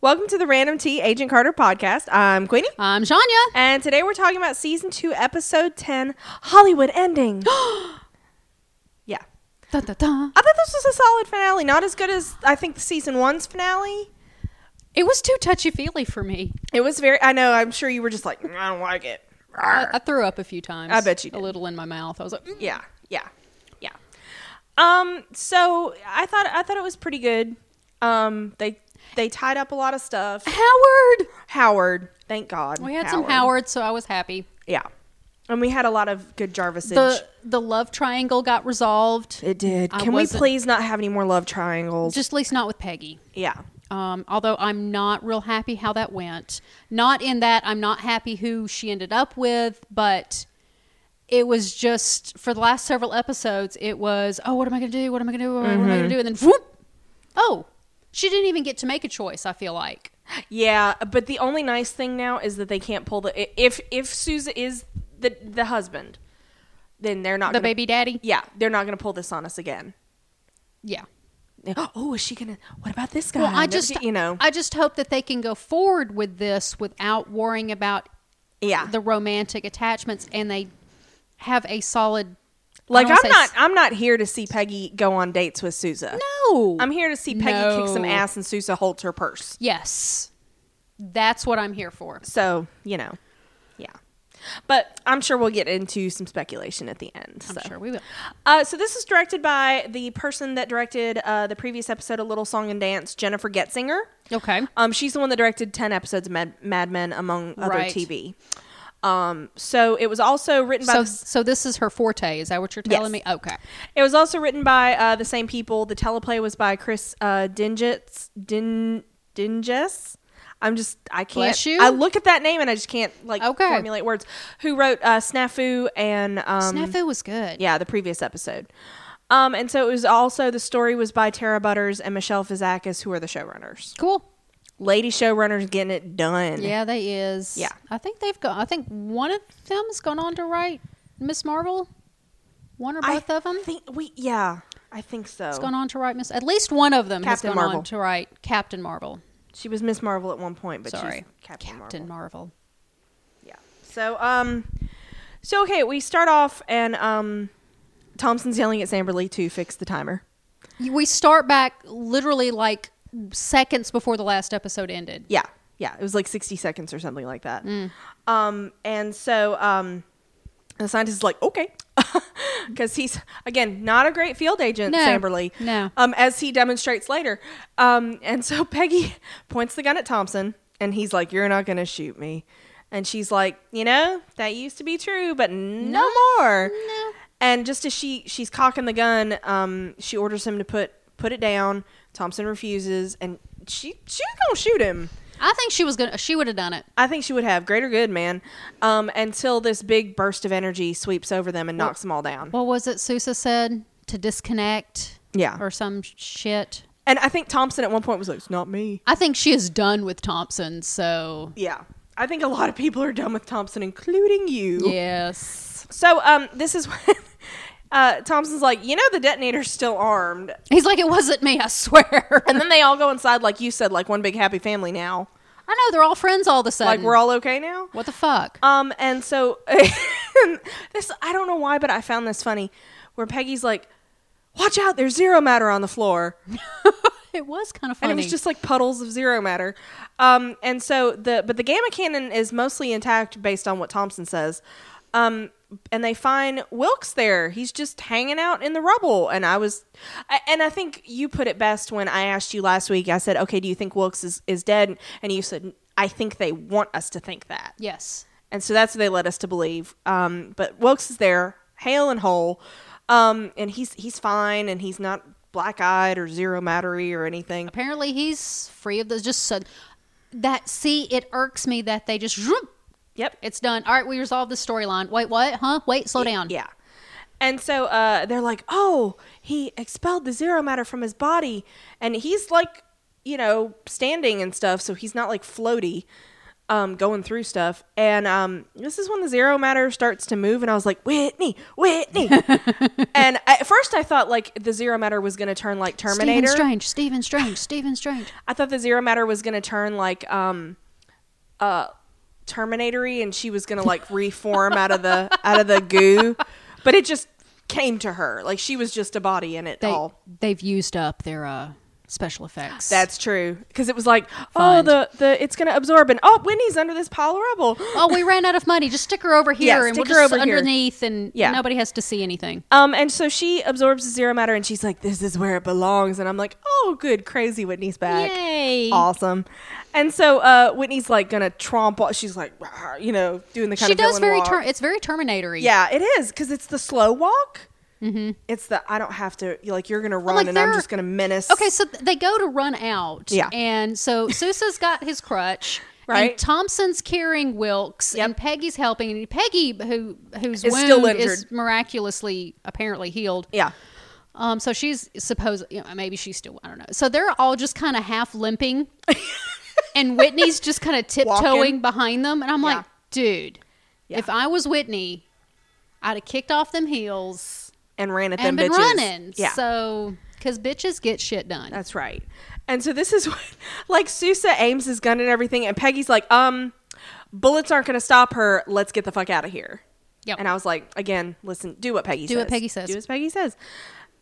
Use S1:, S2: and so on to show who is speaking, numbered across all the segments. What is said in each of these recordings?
S1: Welcome to the Random Tea Agent Carter podcast. I'm Queenie.
S2: I'm Shania.
S1: And today we're talking about season two, episode 10, Hollywood Ending. yeah.
S2: Da, da, da.
S1: I thought this was a solid finale. Not as good as I think the season one's finale.
S2: It was too touchy feely for me.
S1: It was very, I know, I'm sure you were just like, "Mm, I don't like it.
S2: I, I threw up a few times.
S1: I bet you
S2: A
S1: did.
S2: little in my mouth. I was like, "Mm."
S1: Yeah, yeah, yeah. Um, so I thought I thought it was pretty good. Um, they they tied up a lot of stuff.
S2: Howard.
S1: Howard, thank God,
S2: We had some Howard, so I was happy.
S1: Yeah, and we had a lot of good Jarvisage.
S2: The the love triangle got resolved.
S1: it did.
S2: I
S1: Can we
S2: wasn't-
S1: please not have any more love triangles?
S2: Just at least not with Peggy.
S1: yeah,
S2: Um, although I'm not real happy how that went. Not in that I'm not happy who she ended up with, but it was just for the last several episodes, it was, oh, what am I going to do? What am I going to do? What am I going to do?
S1: Mm-hmm.
S2: And then, whoop, oh, she didn't even get to make a choice, I feel like.
S1: yeah. But the only nice thing now is that they can't pull the i- if if Sousa is the the husband, then they're not
S2: The
S1: gonna-
S2: baby daddy?
S1: Yeah, they're not going to pull this on us again.
S2: Yeah.
S1: Oh, is she gonna? What about this guy?
S2: Well, I
S1: Never
S2: just,
S1: get- you know,
S2: I just hope that they can go forward with this without worrying about
S1: yeah.
S2: the romantic attachments and they have a solid. I
S1: Like
S2: don't wanna
S1: I'm
S2: say
S1: not
S2: s-
S1: I'm not here to see Peggy go on dates with Sousa.
S2: No.
S1: I'm here to see Peggy kick some
S2: No.
S1: ass and Sousa holds her purse.
S2: Yes. That's what I'm here for.
S1: So, you know. Yeah. But I'm sure we'll get into some speculation at the end.
S2: I'm
S1: so.
S2: sure we will.
S1: Uh, so this is directed by the person that directed uh, the previous episode of Little Song and Dance, Jennifer Getzinger.
S2: Okay.
S1: Um, she's the one that directed 10 episodes of Mad, Mad Men, among other
S2: Right.
S1: TV. Um, so it was also written by
S2: So,
S1: the-
S2: so this is her forte. Is that what you're telling
S1: Yes.
S2: me? Okay.
S1: It was also written by uh, the same people. The teleplay was by Chris uh, Dingets. Din, Dinges. I'm just I can't.
S2: Bless you.
S1: I look at that name and I just can't like
S2: Okay.
S1: formulate words. Who wrote uh, Snafu and um,
S2: Snafu was good.
S1: Yeah, the previous episode. Um, and so it was also the story was by Tara Butters and Michelle Fizakis, who are the showrunners.
S2: Cool.
S1: Lady showrunners getting it done.
S2: Yeah, they is.
S1: Yeah.
S2: I think they've got. I think one of them's gone on to write Miss Marvel. One or
S1: I
S2: both of them
S1: Think we yeah, I think so.
S2: has gone on to write Miss. At least one of them has
S1: Captain
S2: gone
S1: Marvel.
S2: on to write Captain Marvel.
S1: She was Miss Marvel at one point, but she's
S2: Sorry,
S1: Captain, Marvel.
S2: Marvel.
S1: Yeah. So um so okay, we start off and um Thompson's yelling at Samberly to fix the timer.
S2: You- We start back literally like seconds before the last episode ended.
S1: Yeah. Yeah, it was like 60 seconds or something like that.
S2: Mm.
S1: Um and so um the scientist is like, "Okay." Cuz he's again not a great field agent,
S2: No.
S1: Samberly.
S2: No.
S1: Um as he demonstrates later. Um and so Peggy points the gun at Thompson and he's like, "You're not going to shoot me." And she's like, "You know, that used to be true, but no, more."
S2: no.
S1: And just as she she's cocking the gun, um, she orders him to put put it down. Thompson refuses, and she she's gonna shoot him.
S2: I think she was gonna. She would have done it.
S1: I think she would have greater good, man. Um, until this big burst of energy sweeps over them and knocks them all down.
S2: What was it? Sousa said to disconnect.
S1: Yeah.
S2: or some sh- shit.
S1: And I think Thompson at one point was like, "It's not me."
S2: I think she is done with Thompson. So
S1: Yeah, I think a lot of people are done with Thompson, including you.
S2: yes,
S1: So um, this is when uh, Thompson's like, "You know, the detonator's still armed,"
S2: he's like, it wasn't me. I swear.
S1: and then they all go inside, like you said, like one big happy family now.
S2: I know they're all friends all of a
S1: Like
S2: sudden.
S1: we're all okay now.
S2: What the fuck?
S1: Um, and so this I don't know why, but I found this funny, where Peggy's like, "Watch out, there's zero matter on the floor,"
S2: it was kind of
S1: and
S2: funny.
S1: it was just like puddles of zero matter. Um, and so the but the gamma cannon is mostly intact based on what Thompson says. Um, and they find Wilkes there. He's just hanging out in the rubble. And I was, I, and I think you put it best when I asked you last week. I said, "Okay, do you think Wilkes is is dead?" And you said, "I think they want us to think that."
S2: yes.
S1: And so that's what they led us to believe. Um, but Wilkes is there, hale and whole, um, and he's he's fine, and he's not black eyed or zero mattery or anything.
S2: Apparently, he's free of those. Just so, that. See, it irks me that they just.
S1: Yep.
S2: It's done. All right, we resolved the storyline. Wait, what? Huh? Wait, slow down.
S1: Yeah. And so uh, they're like, oh, he expelled the zero matter from his body, and he's like, you know, standing and stuff, so he's not like floaty. um, going through stuff, and um, this is when the zero matter starts to move, and I was like, Whitney, Whitney. and at first, I thought like the zero matter was going to turn like
S2: Stephen
S1: Terminator.
S2: Strange, Stephen Strange, Stephen Strange.
S1: I thought the zero matter was going to turn like um, uh, Terminatory, and she was going to like reform out of the out of the goo, but it just came to her like she was just a body in it
S2: They
S1: all.
S2: they've used up their uh, special effects.
S1: Oh. That's true. Because it was like,
S2: Fund.
S1: oh, the, the it's going to absorb, and oh, Whitney's under this pile of rubble.
S2: oh, we ran out of money. Just stick her over here,
S1: Yeah,
S2: and we'll
S1: stick her
S2: just
S1: over here.
S2: underneath, and
S1: Yeah.
S2: nobody has to see anything.
S1: Um, and so she absorbs the zero matter, and she's like, "This is where it belongs." And I'm like, "Oh, good, crazy Whitney's back,
S2: Yay!
S1: awesome." And so uh, Whitney's like gonna tromp. all- She's like, "Rah," you know, doing the kind
S2: she
S1: of
S2: does
S1: villain
S2: very.
S1: walk.
S2: Ter- it's very Terminatory.
S1: yeah, it is because it's the slow walk. Mm-hmm. It's the I don't have to like you're gonna run
S2: like,
S1: and I'm
S2: they're-
S1: just gonna menace.
S2: Okay, so th- they go to run out.
S1: Yeah.
S2: And so Sousa's got his crutch.
S1: Right.
S2: And Thompson's carrying Wilkes,
S1: Yep.
S2: and Peggy's helping. And Peggy, who whose
S1: Is
S2: wound
S1: still
S2: is
S1: injured.
S2: miraculously apparently healed.
S1: yeah,
S2: Um, so she's supposed, you know, maybe she's still, I don't know. So they're all just kind of half limping, and Whitney's just kind of tiptoeing
S1: Walking.
S2: behind them. And I'm
S1: Yeah.
S2: like, dude,
S1: Yeah.
S2: if I was Whitney, I'd have kicked off them heels
S1: and ran at
S2: and
S1: them
S2: been
S1: bitches.
S2: running.
S1: Yeah,
S2: So, because bitches get shit done.
S1: That's right. And so this is when, like, Sousa aims his gun and everything, and Peggy's like, um, bullets aren't going to stop her. Let's get the fuck out of here.
S2: Yep.
S1: And I was like, again, listen, do what Peggy
S2: Do
S1: says.
S2: what Peggy says.
S1: Do as Peggy says.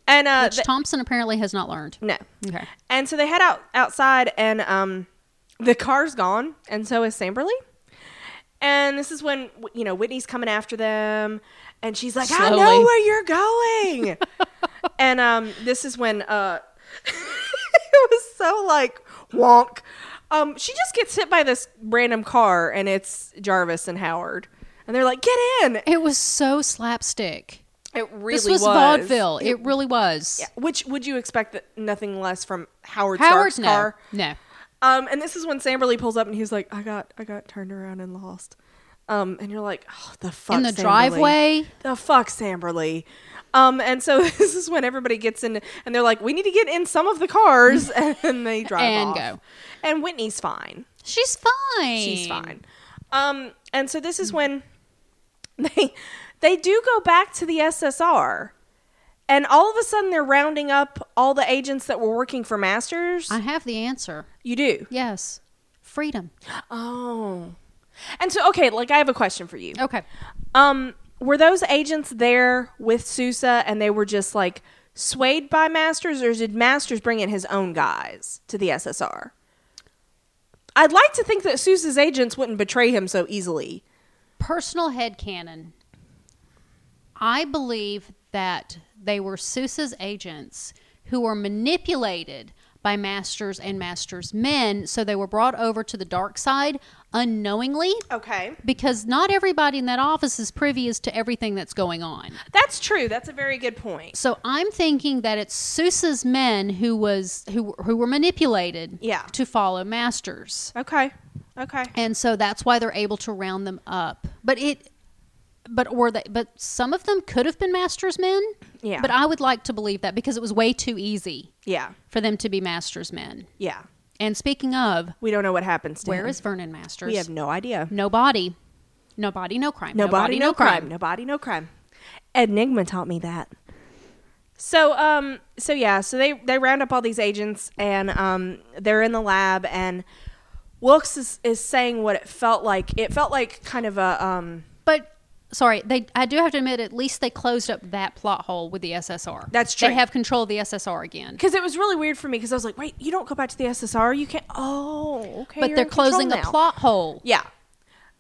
S1: And, uh,
S2: Which
S1: th-
S2: Thompson apparently has not learned.
S1: no.
S2: Okay.
S1: And so they head out outside, and, um, the car's gone, and so is Samberly. And this is when, w- you know, Whitney's coming after them, and she's like, I know
S2: Slowly.
S1: where you're going. and, um, this is when, uh, it was so like wonk. Um, she just gets hit by this random car, and it's Jarvis and Howard, and they're like, "Get in!"
S2: It was so slapstick.
S1: It really
S2: this was, vaudeville. It, really was.
S1: Which would you expect that nothing less from Howard
S2: Howard,
S1: Stark's
S2: no.
S1: car?
S2: No.
S1: Um, and this is when Samberly pulls up, and he's like, "I got, I got turned around and lost." Um, and you're like, oh, "The fuck."
S2: In the
S1: Samberly.
S2: driveway?
S1: The fuck, Samberly. Um, and so this is when everybody gets in, and they're like, "We need to get in some of the cars," and they drive
S2: And
S1: off.
S2: go.
S1: And Whitney's fine.
S2: She's fine.
S1: She's fine. Um, and so this is when they they do go back to the SSR, and all of a sudden they're rounding up all the agents that were working for Masters.
S2: I have the answer.
S1: you do.
S2: Yes. Freedom.
S1: Oh. And so okay, like I have a question for you.
S2: Okay.
S1: Um, were those agents there with Sousa, and they were just like swayed by Masters, or did Masters bring in his own guys to the SSR? I'd like to think that Sousa's agents wouldn't betray him so easily.
S2: Personal headcanon. I believe that they were Sousa's agents who were manipulated by masters and masters men, so they were brought over to the dark side unknowingly.
S1: Okay.
S2: because not everybody in that office is privy as to everything that's going on.
S1: That's true. That's a very good point.
S2: So I'm thinking that it's Sousa's men who was who who were manipulated
S1: Yeah.
S2: to follow masters.
S1: Okay. Okay.
S2: And so that's why they're able to round them up. But it but were they but some of them could have been masters men.
S1: Yeah.
S2: But I would like to believe that because it was way too easy
S1: Yeah.
S2: for them to be masters men.
S1: Yeah.
S2: And speaking of,
S1: We don't know what happens to
S2: where
S1: him.
S2: is Vernon Masters?
S1: we have no idea.
S2: no body. No body, no crime.
S1: No body, no, crime. No body, no crime. Enigma taught me that. So um so yeah, so they they round up all these agents and um they're in the lab and Wilkes is, is saying what it felt like. It felt like kind of a um
S2: But sorry, they I do have to admit at least they closed up that plot hole with the SSR.
S1: That's true.
S2: They have control of the SSR again.
S1: because it was really weird for me because I was like, wait, you don't go back to the SSR, you can't. Oh, okay.
S2: But
S1: you're
S2: they're
S1: in control
S2: closing a
S1: now.
S2: plot hole.
S1: Yeah.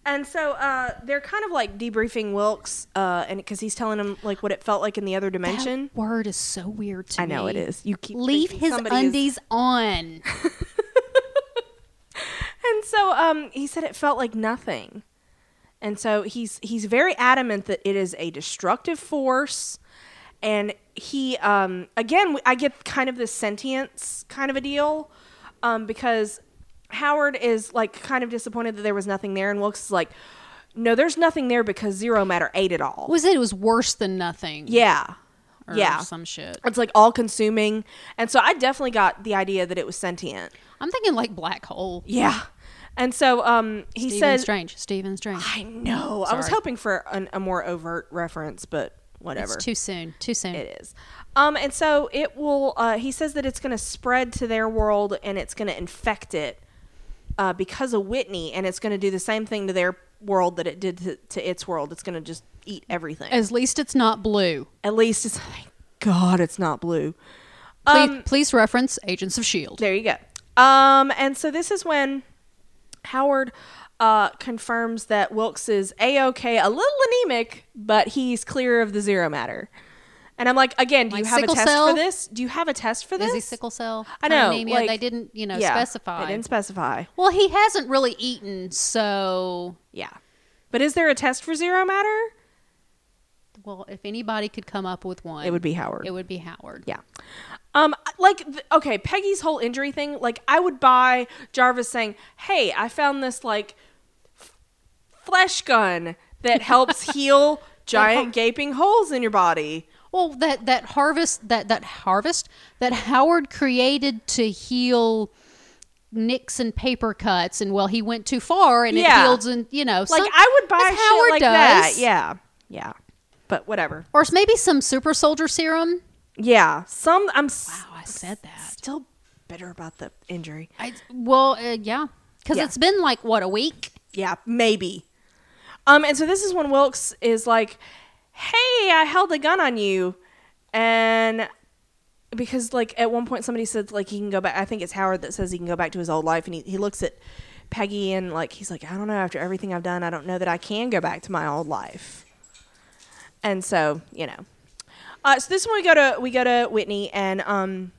S1: And so uh, they're kind of like debriefing Wilkes, uh, and because he's telling him like what it felt like in the other dimension.
S2: That word is so weird to
S1: I know
S2: me.
S1: it is. You keep
S2: Leave
S1: thinking
S2: his
S1: somebody is-
S2: undies on.
S1: And so um, he said it felt like nothing. And so he's he's very adamant that it is a destructive force, and he um, again I get kind of this sentience kind of a deal, um, because Howard is like kind of disappointed that there was nothing there, and Wilkes is like, no, there's nothing there because zero matter ate it all.
S2: Was it? It was worse than nothing.
S1: Yeah.
S2: Or
S1: yeah.
S2: Some shit.
S1: It's like all consuming. And so I definitely got the idea that it was sentient.
S2: I'm thinking like black hole.
S1: Yeah. And so um, he
S2: Stephen
S1: says,
S2: Strange. Stephen Strange.
S1: I know. I was
S2: Sorry.
S1: hoping for an, a more overt reference, but whatever.
S2: It's too soon. Too soon.
S1: It is. Um, and so it will. Uh, he says that it's going to spread to their world and it's going to infect it uh, because of Whitney, and it's going to do the same thing to their world that it did to, to its world. It's going to just eat everything.
S2: At least it's not blue.
S1: At least it's thank God it's not blue.
S2: Please,
S1: Um,
S2: please reference Agents of Shield.
S1: There you go. Um, and so this is when Howard uh, confirms that Wilkes is a okay, a little anemic, but he's clear of the zero matter. And I'm like, again, do
S2: Like
S1: you have a
S2: sickle
S1: test for
S2: cell?
S1: this? Do you have a test for this?
S2: Is he sickle cell?
S1: I know,
S2: Anemia?
S1: like-
S2: they didn't, you know,
S1: Yeah,
S2: specify.
S1: They didn't specify.
S2: Well, he hasn't really eaten, so
S1: Yeah. But is there a test for zero matter?
S2: well, if anybody could come up with one,
S1: It would be Howard.
S2: it would be Howard.
S1: Yeah. Um, like, th- okay, Peggy's whole injury thing, like, I would buy Jarvis saying, hey, I found this, like, f- flesh gun that helps heal giant gaping holes in your body.
S2: Well, that that harvest that that harvest that Howard created to heal nicks and paper cuts, and well, he went too far, and
S1: Yeah.
S2: it heals, and you know,
S1: Like,
S2: some-
S1: I would buy
S2: that's
S1: shit
S2: Howard
S1: like that.
S2: does.
S1: Yeah. Yeah. But whatever.
S2: or maybe some super soldier serum.
S1: Yeah. Some, I'm s-
S2: Oh, I said that.
S1: still bitter about the injury.
S2: I, well, uh, yeah, because
S1: Yeah.
S2: it's been like what a week.
S1: Yeah, maybe. Um, and so this is when Wilkes is like, "Hey, I held a gun on you," and because like at one point somebody said like he can go back. I think it's Howard that says he can go back to his old life, and he he looks at Peggy and like he's like, "I don't know. After everything I've done, I don't know that I can go back to my old life." And so you know, uh, so this one we go to we go to Whitney and um,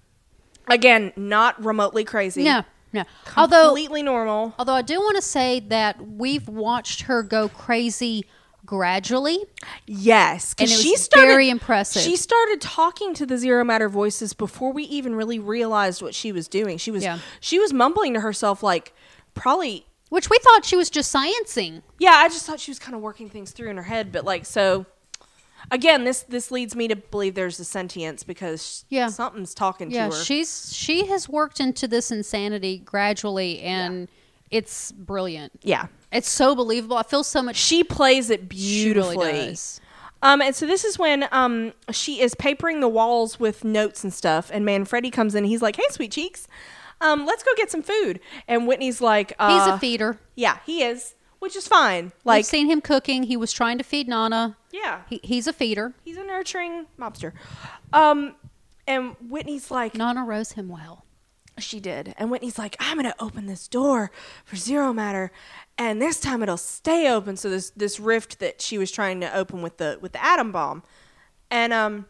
S1: again not remotely crazy.
S2: No, no. Although
S1: completely normal.
S2: Although I do want to say that we've watched her go crazy gradually.
S1: Yes,
S2: And
S1: because
S2: it was
S1: she started
S2: very impressive.
S1: She started talking to the zero matter voices before we even really realized what she was doing. She was
S2: Yeah.
S1: she was mumbling to herself like probably
S2: Which we thought she was just sciencing.
S1: yeah. I just thought she was kind of working things through in her head, but like so. Again, this this leads me to believe there's a sentience because
S2: Yeah.
S1: something's talking
S2: Yeah,
S1: to her.
S2: she's she has worked into this insanity gradually, and it's brilliant.
S1: yeah,
S2: It's so believable. I feel so much.
S1: she plays it
S2: She really
S1: beautifully.
S2: does.
S1: Um, and so this is when um, she is papering the walls with notes and stuff, and Manfredi comes in. He's like, "Hey, sweet cheeks, um, let's go get some food." And Whitney's like, uh,
S2: He's a feeder.
S1: Yeah, he is, which is fine.
S2: Like,
S1: Like,
S2: We've seen him cooking. He was trying to feed Nana.
S1: yeah,
S2: He, he's a feeder.
S1: he's a nurturing mobster. Um, and Whitney's like,
S2: Nana rose him well.
S1: She did. And Whitney's like, I'm gonna open this door for zero matter, and this time it'll stay open. So this this rift that she was trying to open with the with the atom bomb, and um,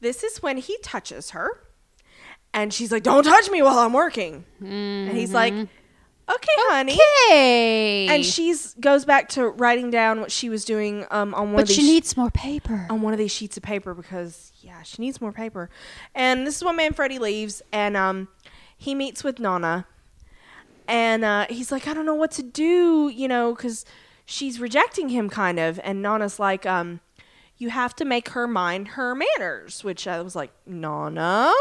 S1: this is when he touches her, and she's like, "Don't touch me while I'm working," and he's like, "Okay, honey."
S2: Hey,
S1: And she's goes back to writing down what she was doing um, on one
S2: but
S1: of these
S2: she needs more paper.
S1: on one of these sheets of paper because yeah, she needs more paper. And this is when Manfredi leaves and um he meets with Nana and uh, he's like, I don't know what to do, you know, because she's rejecting him kind of. And Nana's like, um, you have to make her mind her manners, which I was like, Nana,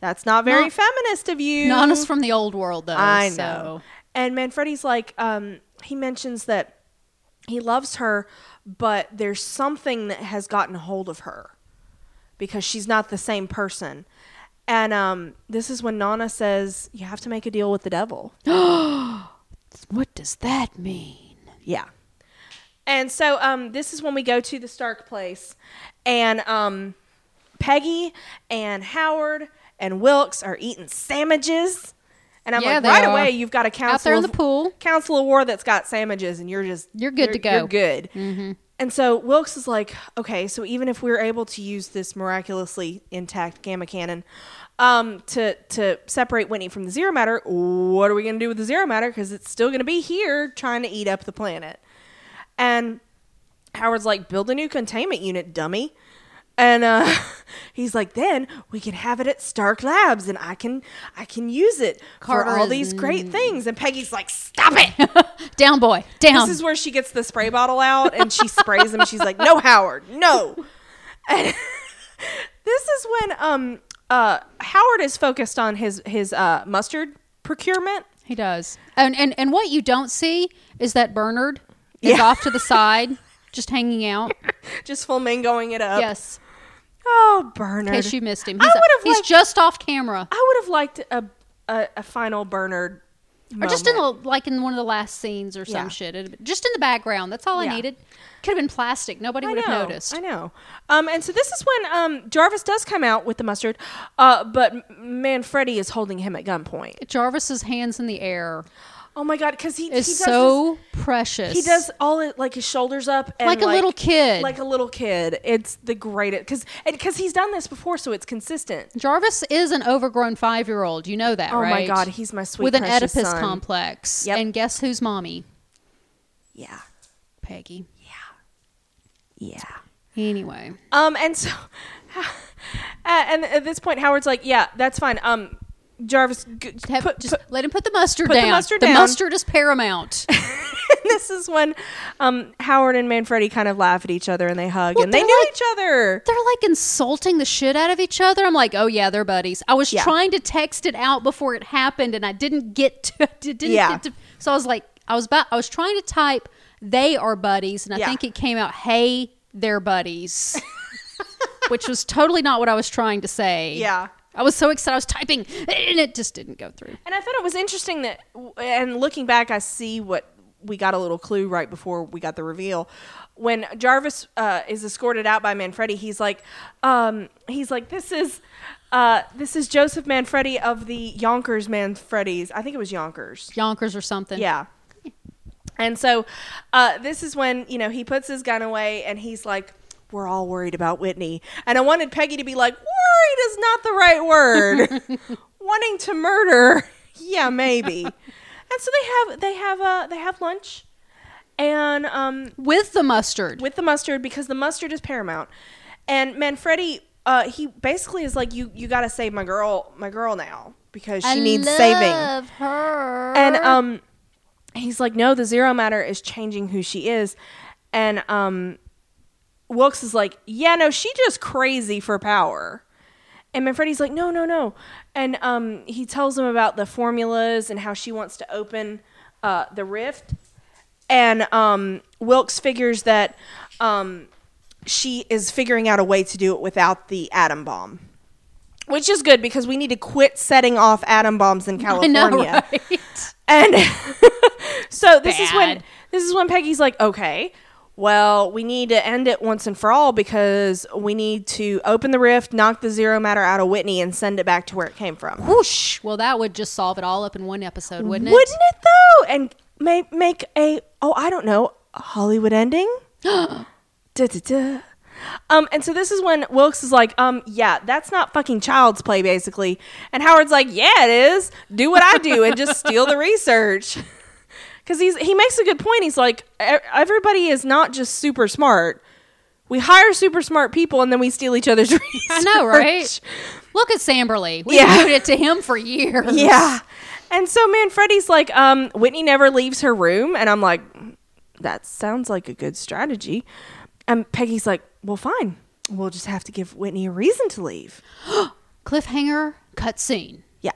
S1: that's not very
S2: Na-
S1: feminist of you.
S2: Nana's from the old world, though.
S1: I
S2: so.
S1: know. And Manfredi's like, um, he mentions that he loves her, but there's something that has gotten hold of her because she's not the same person. And um, this is when Nana says, You have to make a deal with the devil.
S2: What does that mean?
S1: Yeah. And so um, this is when we go to the Stark place, and um, Peggy and Howard and Wilkes are eating sandwiches. And I'm
S2: Yeah,
S1: like,
S2: they
S1: right
S2: are.
S1: away, you've got a council
S2: there in
S1: of-
S2: the pool.
S1: council of war that's got sandwiches, and you're just
S2: You're good to go. Mm-hmm.
S1: You're good. And so Wilkes is like, okay, so even if we're able to use this miraculously intact gamma cannon um, to to separate Whitney from the zero matter, what are we going to do with the zero matter? Because it's still going to be here trying to eat up the planet. And Howard's like, build a new containment unit, dummy. And uh, he's like, then we can have it at Stark Labs, and I can I can use it for
S2: Carter
S1: all
S2: is
S1: these great things. And Peggy's like, stop it.
S2: Down, boy, down.
S1: This is where she gets the spray bottle out and she sprays him. She's like, "No, Howard, no." And this is when um uh Howard is focused on his his uh mustard procurement
S2: He does. And, and and what you don't see is that Bernard is
S1: Yeah.
S2: off to the side, just hanging out.
S1: Just flamingoing it up.
S2: Yes.
S1: Oh, Bernard.
S2: In case you missed him.
S1: I
S2: He's,
S1: would've
S2: he's
S1: liked-
S2: just off camera.
S1: I would have liked a a, a final Bernard.
S2: Or just in the, like in one of the last scenes or some
S1: Yeah.
S2: shit. It- just in the background. That's all
S1: Yeah.
S2: I needed. Could have been plastic. Nobody would
S1: know,
S2: have noticed.
S1: I know. Um, and so this is when um, Jarvis does come out with the mustard, uh, but M- Manfredi is holding him at gunpoint.
S2: Jarvis's hands in the air
S1: Oh my god, because he, he
S2: is
S1: does
S2: so precious.
S1: this- he does all it like his shoulders up and
S2: Like a little kid.
S1: like a little kid. It's the greatest because because he's done this before, so it's consistent.
S2: Jarvis is an overgrown five year old. You know that,
S1: Oh my
S2: right?
S1: God, he's my sweet,
S2: With an
S1: precious
S2: Oedipus
S1: son.
S2: complex.
S1: Yep.
S2: And guess who's mommy?
S1: Yeah,
S2: Peggy.
S1: yeah.
S2: Anyway.
S1: Um, and so, and at this point, Howard's like, "Yeah, that's fine." Um, Jarvis, g-
S2: Have-
S1: put,
S2: just let him put the mustard
S1: put the
S2: down.
S1: mustard down.
S2: mustard is paramount.
S1: put- this is when um Howard and Manfredi kind of laugh at each other and they hug
S2: Well,
S1: and they
S2: they're
S1: knew
S2: like-
S1: each other.
S2: they're like insulting the shit out of each other. I'm like, oh yeah, they're buddies. I was
S1: Yeah.
S2: trying to text it out before it happened, and I didn't get to. Didn't
S1: Yeah.
S2: get to so I was like, I was about, I was trying to type they are buddies, and I
S1: Yeah.
S2: think it came out, hey, they're buddies, which was totally not what I was trying to say.
S1: Yeah.
S2: I was so excited. I was typing, and it just didn't go through.
S1: And I thought it was interesting that, and looking back, I see what we got a little clue right before we got the reveal. When Jarvis uh, is escorted out by Manfredi, he's like, um, he's like, this is, uh, this is Joseph Manfredi of the Yonkers Manfredis. I think it was Yonkers.
S2: Yonkers or something.
S1: Yeah. And so uh, this is when, you know, he puts his gun away and he's like, we're all worried about Whitney. And I wanted Peggy to be like, worried is not the right word. Wanting to murder. Yeah, maybe. and so they have they have uh they have lunch and um
S2: With the mustard.
S1: with the mustard because the mustard is paramount. And Manfredi uh he basically is like you you got to save my girl my girl now because she
S2: I
S1: needs
S2: love
S1: saving.
S2: Her.
S1: And um, he's like, no, the zero matter is changing who she is. And um, Wilkes is like, yeah, no, she just crazy for power. And Manfredi's like, no, no, no. And um, he tells him about the formulas and how she wants to open uh, the rift. And um, Wilkes figures that um, she is figuring out a way to do it without the atom bomb. Which is good because we need to quit setting off atom bombs in
S2: I
S1: California.
S2: know, right?
S1: And so this is when
S2: Bad.
S1: this is when Peggy's like, okay, well, we need to end it once and for all because we need to open the rift, knock the zero matter out of Whitney, and send it back to where it came from.
S2: Whoosh. Well, that would just solve it all up in one episode, wouldn't it?
S1: Wouldn't it though? And make make a oh I don't know a Hollywood ending. duh, duh, duh. Um, and so this is when Wilkes is like, um, yeah, that's not fucking child's play, basically. And Howard's like, yeah, it is. Do what I do and just steal the research. Because he's he makes a good point. He's like, "E- everybody is not just super smart. We hire super smart people and then we steal each other's research.
S2: I know, right? Look at Samberly. We
S1: Yeah.
S2: owed it to him for years.
S1: Yeah. And so Manfredi's like, um, Whitney never leaves her room. And I'm like, that sounds like a good strategy. And Peggy's like, well, fine. We'll just have to give Whitney a reason to leave.
S2: Cliffhanger cutscene.
S1: Yeah.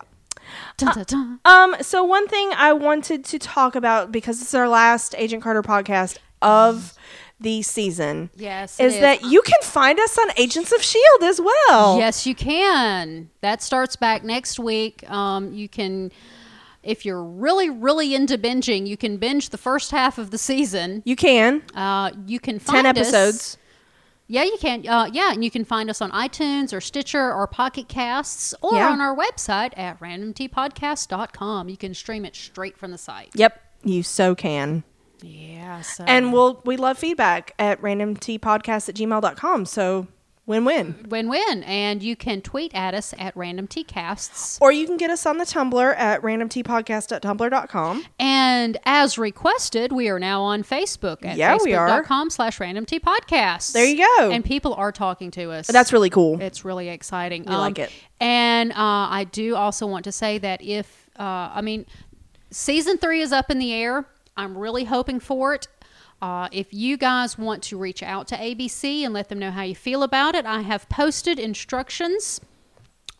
S2: Dun, dun, dun.
S1: Um, so one thing I wanted to talk about because this is our last Agent Carter podcast of the season.
S2: Yes, it
S1: Is,
S2: is.
S1: that you can find us on Agents of Shield E as well.
S2: Yes, you can. That starts back next week. Um, you can, if you're really, really into binging, you can binge the first half of the season.
S1: You can.
S2: Uh, you can find
S1: Ten
S2: us-
S1: episodes.
S2: Yeah, you can. Uh, yeah, and you can find us on iTunes or Stitcher or Pocket Casts or
S1: Yeah.
S2: on our website at randomtpodcast.com. You can stream it straight from the site.
S1: Yep. You so can.
S2: Yeah. So.
S1: and we'll we love feedback at randomtpodcast at gmail.com so win-win
S2: win win. And you can tweet at us at random tcasts.
S1: or you can get us on the tumblr at randomtpodcast.tumblr.com
S2: And as requested, we are now on Facebook at
S1: Yeah, we are.
S2: facebook.com slash random tpodcasts.
S1: There you go.
S2: And people are talking to us.
S1: that's really cool
S2: It's really exciting. I
S1: like it.
S2: And uh, I do also want to say that if, uh, I mean, season three is up in the air. I'm really hoping for it. Uh, if you guys want to reach out to ABC and let them know how you feel about it, I have posted instructions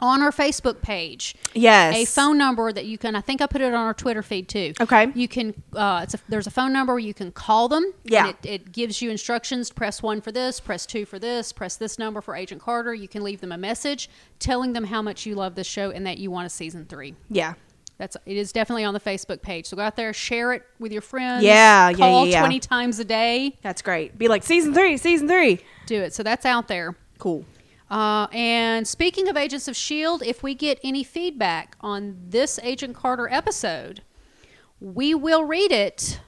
S2: on our Facebook page
S1: Yes.
S2: a phone number that you can. I think I put it on our Twitter feed too.
S1: Okay.
S2: You can. Uh, it's a, there's a phone number you can call them.
S1: Yeah.
S2: And it, it gives you instructions. Press one for this. Press two for this. Press this number for Agent Carter. You can leave them a message telling them how much you love this show and that you want a season three.
S1: Yeah.
S2: That's it is definitely on the Facebook page. So go out there, share it with your friends.
S1: Yeah, yeah,
S2: Call
S1: yeah, yeah.
S2: twenty times a day.
S1: That's great. Be like season three, season three.
S2: Do it. So that's out there.
S1: Cool.
S2: Uh, and speaking of Agents of S.H.I.E.L.D., E if we get any feedback on this Agent Carter episode, we will read it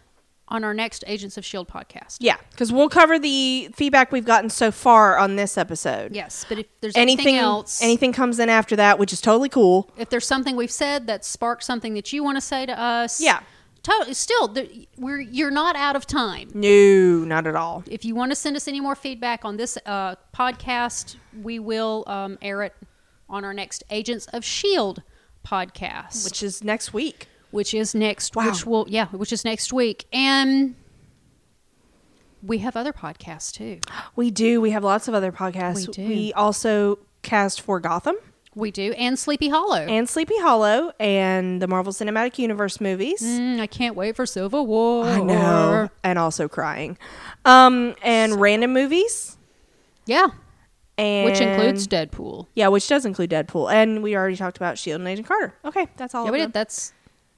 S2: on our next Agents of S.H.I.E.L.D. E podcast.
S1: Yeah, because we'll cover the feedback we've gotten so far on this episode.
S2: Yes, but if there's anything,
S1: Anything
S2: else,
S1: anything comes in after that, which is totally cool.
S2: if there's something we've said that sparked something that you want to say to us,
S1: Yeah.
S2: totally, still, th- we're, you're not out of time.
S1: No, not at all.
S2: If you want to send us any more feedback on this uh, podcast, we will um, air it on our next Agents of S.H.I.E.L.D. E podcast.
S1: Which is next week.
S2: which is next
S1: Wow.
S2: which will yeah which is next week and we have other podcasts too
S1: We do. We have lots of other podcasts.
S2: We do.
S1: We also cast for Gotham
S2: we do and sleepy hollow
S1: and Sleepy Hollow and the Marvel Cinematic Universe movies.
S2: Mm, i can't wait for civil war
S1: I know, and also crying, um, and random movies,
S2: yeah
S1: and
S2: which includes deadpool
S1: yeah, which does include Deadpool, and we already talked about Shield E and Agent Carter. Okay, that's all.
S2: yeah
S1: of
S2: we
S1: them.
S2: did that's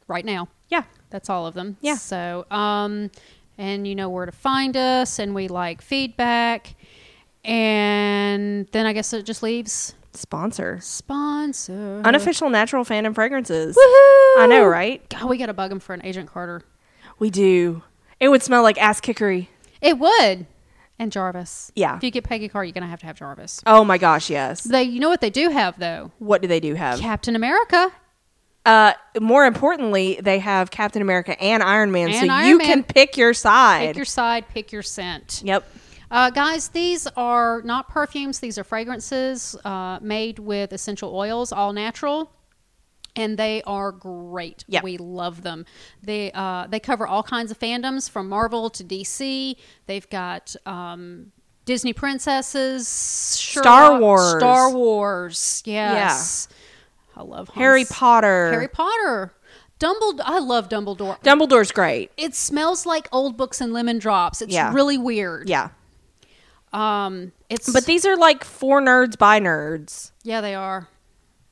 S2: right now
S1: Yeah,
S2: that's all of them
S1: Yeah.
S2: so um and you know where to find us and we like feedback and then i guess it just leaves
S1: sponsor
S2: sponsor
S1: unofficial natural fandom fragrances.
S2: Woohoo!
S1: I know, right?
S2: god we gotta bug him for an agent carter
S1: We do. It would smell like ass kickery.
S2: It would. And Jarvis.
S1: Yeah.
S2: If you get Peggy Carr, you're gonna have to have Jarvis.
S1: Oh my gosh, yes.
S2: They, you know what they do have though?
S1: What do they do have?
S2: Captain America.
S1: Uh, more importantly, they have Captain America and Iron Man,
S2: And
S1: so
S2: Iron
S1: you
S2: Man.
S1: can pick your side.
S2: Pick your side. Pick your scent.
S1: yep.
S2: Uh, guys, these are not perfumes. These are fragrances uh, made with essential oils, all natural, and they are great.
S1: Yep.
S2: We love them. They uh, they cover all kinds of fandoms, from Marvel to DC. They've got um, Disney princesses, Sherlock-
S1: Wars.
S2: Star Wars. Yes, I love Hans-
S1: Harry Potter.
S2: Harry Potter. Dumbledore. I love Dumbledore.
S1: Dumbledore's great.
S2: it smells like old books and lemon drops. It's
S1: Yeah.
S2: really weird.
S1: Yeah.
S2: Um, it's
S1: But these are like for nerds by nerds.
S2: yeah, they are.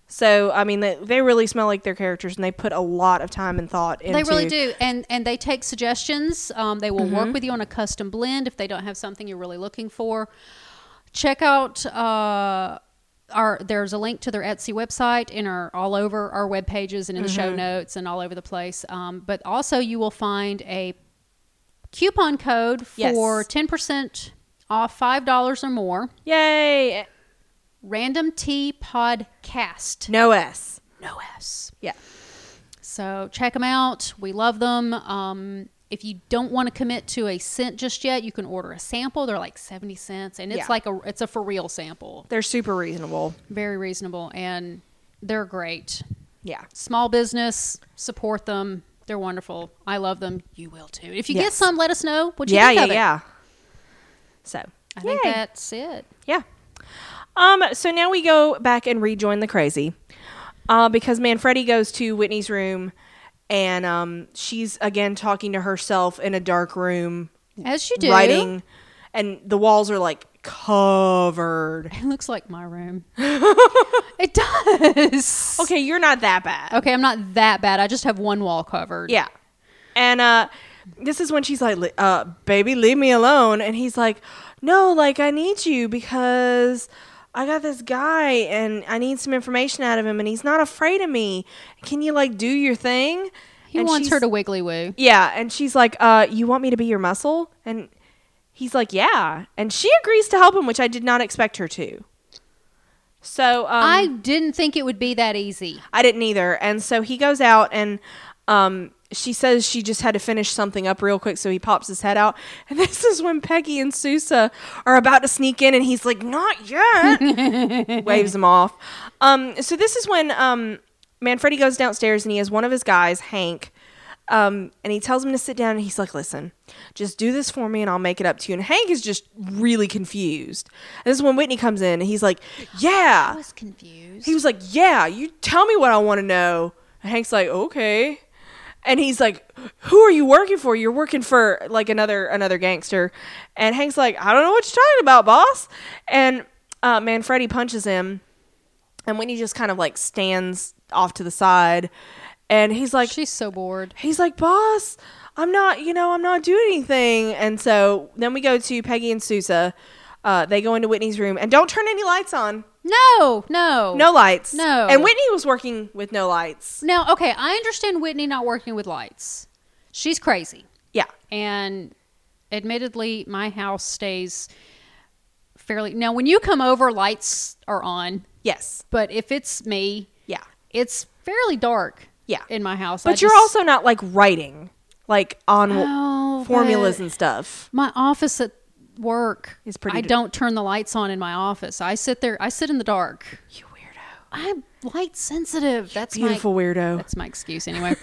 S1: So I mean, they, they really smell like their characters, and they put a lot of time and thought into.
S2: They really do, and and they take suggestions. Um, they will
S1: Mm-hmm.
S2: work with you on a custom blend if they don't have something you're really looking for. Check out uh, our. There's a link to their Etsy website in our all over our web pages and in the
S1: Mm-hmm.
S2: show notes and all over the place. Um, but also, you will find a coupon code
S1: Yes.
S2: for ten percent off five dollars or more.
S1: Yay!
S2: Random Tea Podcast.
S1: No S.
S2: No S.
S1: Yeah.
S2: So check them out. We love them. Um, if you don't want to commit to a scent just yet, you can order a sample. They're like seventy cents, and it's
S1: Yeah.
S2: like a it's a for real sample.
S1: They're super reasonable.
S2: Very reasonable, and they're great.
S1: Yeah.
S2: Small business, support them. They're wonderful. I love them. You will too. If you get
S1: Yes.
S2: some, let us know what you
S1: Yeah,
S2: think
S1: yeah,
S2: of it.
S1: yeah. So
S2: I think
S1: yay.
S2: that's it.
S1: Yeah. Um, so now we go back and rejoin the crazy. Uh, because Manfredi goes to Whitney's room and um, she's again talking to herself in a dark room,
S2: As you do,
S1: writing, and the walls are like covered.
S2: It looks like my room. it does.
S1: Okay, you're not that bad.
S2: Okay, I'm not that bad. I just have one wall covered.
S1: Yeah. And uh, this is when she's like, "Li- uh, baby, leave me alone. And he's like, no, like, I need you because I got this guy and I need some information out of him and he's not afraid of me. Can you, like, do your thing?
S2: He
S1: And
S2: wants her
S1: she's-
S2: to wiggly woo.
S1: Yeah. And she's like, uh, you want me to be your muscle? And he's like, yeah. And she agrees to help him, which I did not expect her to. So um,
S2: I didn't think it would be that easy.
S1: I didn't either. And so he goes out and um she says she just had to finish something up real quick, so he pops his head out. And this is when Peggy and Sousa are about to sneak in, and he's like, "Not yet," waves them off. Um, so this is when um, Manfredi goes downstairs, and he has one of his guys, Hank, Um, and he tells him to sit down and he's like, listen, just do this for me and I'll make it up to you. And Hank is just really confused. And this is when Whitney comes in and he's like, yeah.
S2: I was confused.
S1: He was like, yeah, you tell me what I want to know. And Hank's like, okay. And he's like, who are you working for? You're working for like another another gangster. And Hank's like, I don't know what you're talking about, boss. And uh, Manfredi punches him. And Whitney just kind of like stands off to the side. And he's like,
S2: She's so bored.
S1: he's like, boss, I'm not, you know, I'm not doing anything. And so then we go to Peggy and Sousa. Uh, they go into Whitney's room and don't turn any lights on.
S2: No, no,
S1: No lights.
S2: No.
S1: And Whitney was working with no lights.
S2: Now, okay, I understand Whitney not working with lights. She's crazy.
S1: Yeah.
S2: and admittedly my house stays fairly now when you come over lights are on
S1: Yes.
S2: but if it's me
S1: Yeah.
S2: it's fairly dark
S1: Yeah.
S2: in my house
S1: But
S2: I
S1: you're
S2: just-
S1: also not like writing, like on w-
S2: Oh,
S1: formulas
S2: but-
S1: and stuff.
S2: my office at work
S1: It's pretty
S2: i
S1: d-
S2: don't turn the lights on in my office i sit there i sit in the dark
S1: You weirdo.
S2: i'm light sensitive that's
S1: Beautiful
S2: my
S1: weirdo.
S2: that's my excuse anyway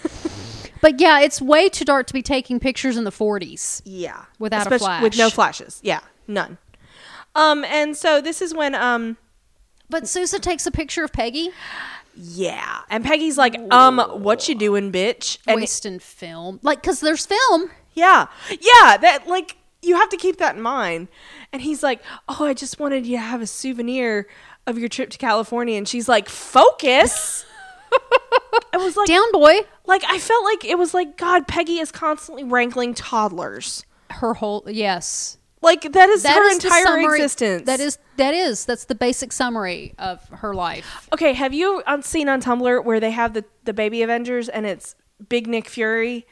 S2: but yeah it's way too dark to be taking pictures in the 40s
S1: Yeah.
S2: Without a
S1: With no
S2: flash.
S1: flashes. Yeah. None. Um, and so this is when um
S2: but Sousa takes a picture of peggy
S1: yeah. And Peggy's like, um, what you doing, bitch? And
S2: wasting film like because there's film
S1: Yeah. Yeah. That, like, you have to keep that in mind. And he's like, Oh, I just wanted you to have a souvenir of your trip to California. And she's like, Focus. I was like,
S2: down boy
S1: like I felt like it was like God. Peggy is constantly wrangling toddlers.
S2: her whole yes
S1: Like that is
S2: That
S1: her
S2: is the
S1: entire
S2: summary-
S1: existence.
S2: that is that is that's the basic summary of her life
S1: okay. Have you on- seen on Tumblr where they have the the baby Avengers and it's Big Nick Fury.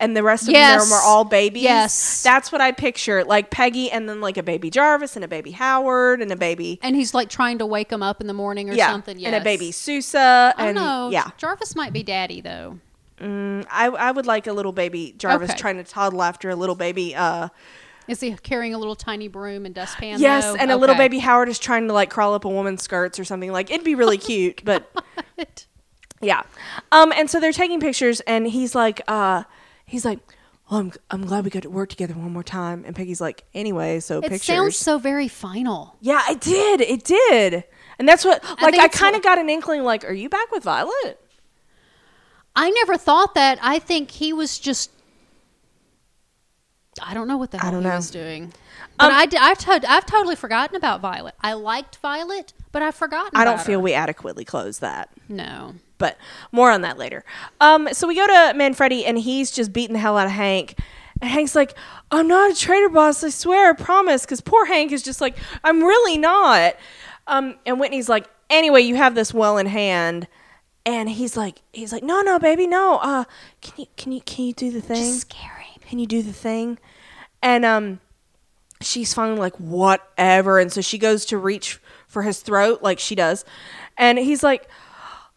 S1: And the rest of
S2: Yes.
S1: them are all babies.
S2: Yes.
S1: that's what I picture. Like Peggy, and then like a baby Jarvis, and a baby Howard, and a baby
S2: and he's like trying to wake him up in the morning or
S1: yeah,
S2: something yes. Oh,
S1: and a baby Sousa,
S2: i
S1: and
S2: don't know
S1: yeah,
S2: jarvis might be daddy though
S1: I, I would like a little baby Jarvis
S2: Okay.
S1: trying to toddle after a little baby. Uh,
S2: is he carrying a little tiny broom and dustpan
S1: yes,
S2: though?
S1: and a little
S2: Okay.
S1: baby Howard is trying to like crawl up a woman's skirts or something. Like it'd be really cute, but yeah. Um, and so they're taking pictures, and he's like, uh, he's like, well, I'm I'm glad we got to work together one more time. And Peggy's like, anyway, so
S2: it
S1: pictures.
S2: sounds so very final
S1: yeah, it did, it did, and that's what like
S2: think
S1: I
S2: it's
S1: kind of
S2: what-
S1: got an inkling. Like, are you back with Violet?
S2: i never thought that i think he was just I don't know what the hell
S1: don't
S2: he
S1: know. Um,
S2: was doing, but I d- I've, to- I've totally forgotten about Violet. I liked Violet, but I've forgotten.
S1: I don't
S2: about
S1: feel
S2: her.
S1: we adequately closed that.
S2: no.
S1: but more on that later. Um, so we go to Manfredi, and he's just beating the hell out of Hank. And Hank's like, I'm not a traitor, boss. I swear, I promise. Because poor Hank is just like, I'm really not. Um, and Whitney's like, anyway, you have this well in hand. And he's like, he's like, no, no, baby, no. Uh, can you, can you, can you do the thing?
S2: scary.
S1: can you do the thing? And um, she's finally like, whatever. And so she goes to reach for his throat, like she does. And he's like,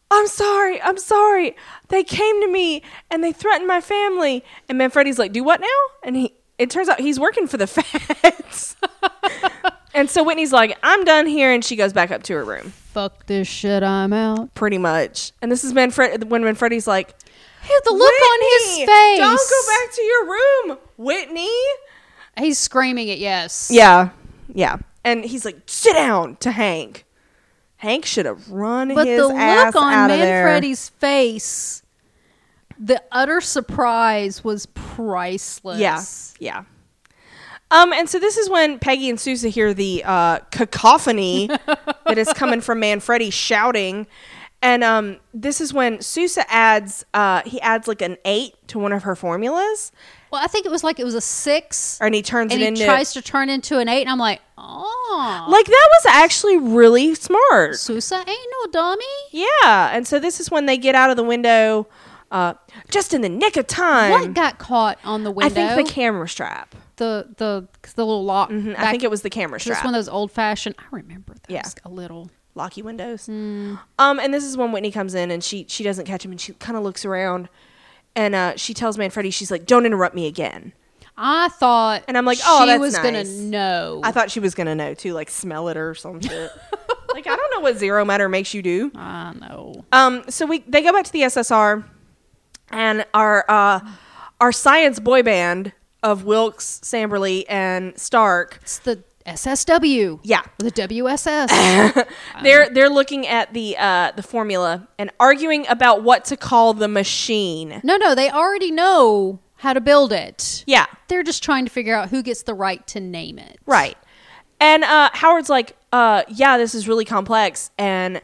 S1: I'm sorry, I'm sorry. They came to me and they threatened my family. And Manfredi's like, do what now? And he, it turns out he's working for the feds. and so Whitney's like, I'm done here. And she goes back up to her room,
S2: Fuck this shit, I'm out.
S1: pretty much. And this is Manfred when Manfredi's like,
S2: the look on his
S1: "Whitney,
S2: face.
S1: Don't go back to your room, Whitney.
S2: He's screaming it, yes.
S1: Yeah. Yeah. And he's like, sit down to Hank. Hank should have run
S2: But
S1: his
S2: the
S1: ass
S2: look on
S1: out of there.
S2: Manfredi's face, the utter surprise was priceless.
S1: Yeah. Yeah. Um, and so this is when Peggy and Sousa hear the uh, cacophony that is coming from Manfredi shouting. And um, this is when Sousa adds, uh, he adds like an eight to one of her formulas,
S2: Well, I think it was like it was a six,
S1: and he turns
S2: and
S1: it
S2: he
S1: into
S2: tries to turn into an eight, and I'm like, oh,
S1: like that was actually really smart.
S2: Sousa ain't no dummy.
S1: Yeah, and so this is when they get out of the window, uh, just in the nick of time.
S2: What got caught on the
S1: I
S2: window?
S1: think the camera strap. Mm-hmm,
S2: the the the little lock.
S1: I think it was the camera
S2: It's
S1: strap.
S2: one of those old fashioned. I remember those
S1: Yeah.
S2: a little.
S1: Locky windows.
S2: Hmm.
S1: Um, and this is when Whitney comes in and she she doesn't catch him and she kind of looks around, and uh, she tells Manfredi she's like, "Don't interrupt me again."
S2: I thought,
S1: And I'm like, oh,
S2: she
S1: that's
S2: was gonna
S1: nice.
S2: know.
S1: I thought she was gonna know too, like smell it or something. like I don't know what zero matter makes you do.
S2: I know.
S1: Um, so we they go back to the SSR, and our uh, our science boy band of Wilkes, Samberly, and Stark.
S2: It's the SSW.
S1: Yeah.
S2: The WSS.
S1: They're they're looking at the uh, the formula and arguing about what to call the machine.
S2: no, no, they already know how to build it.
S1: Yeah,
S2: They're just trying to figure out who gets the right to name it.
S1: right. And uh, Howard's like, uh, yeah, this is really complex, and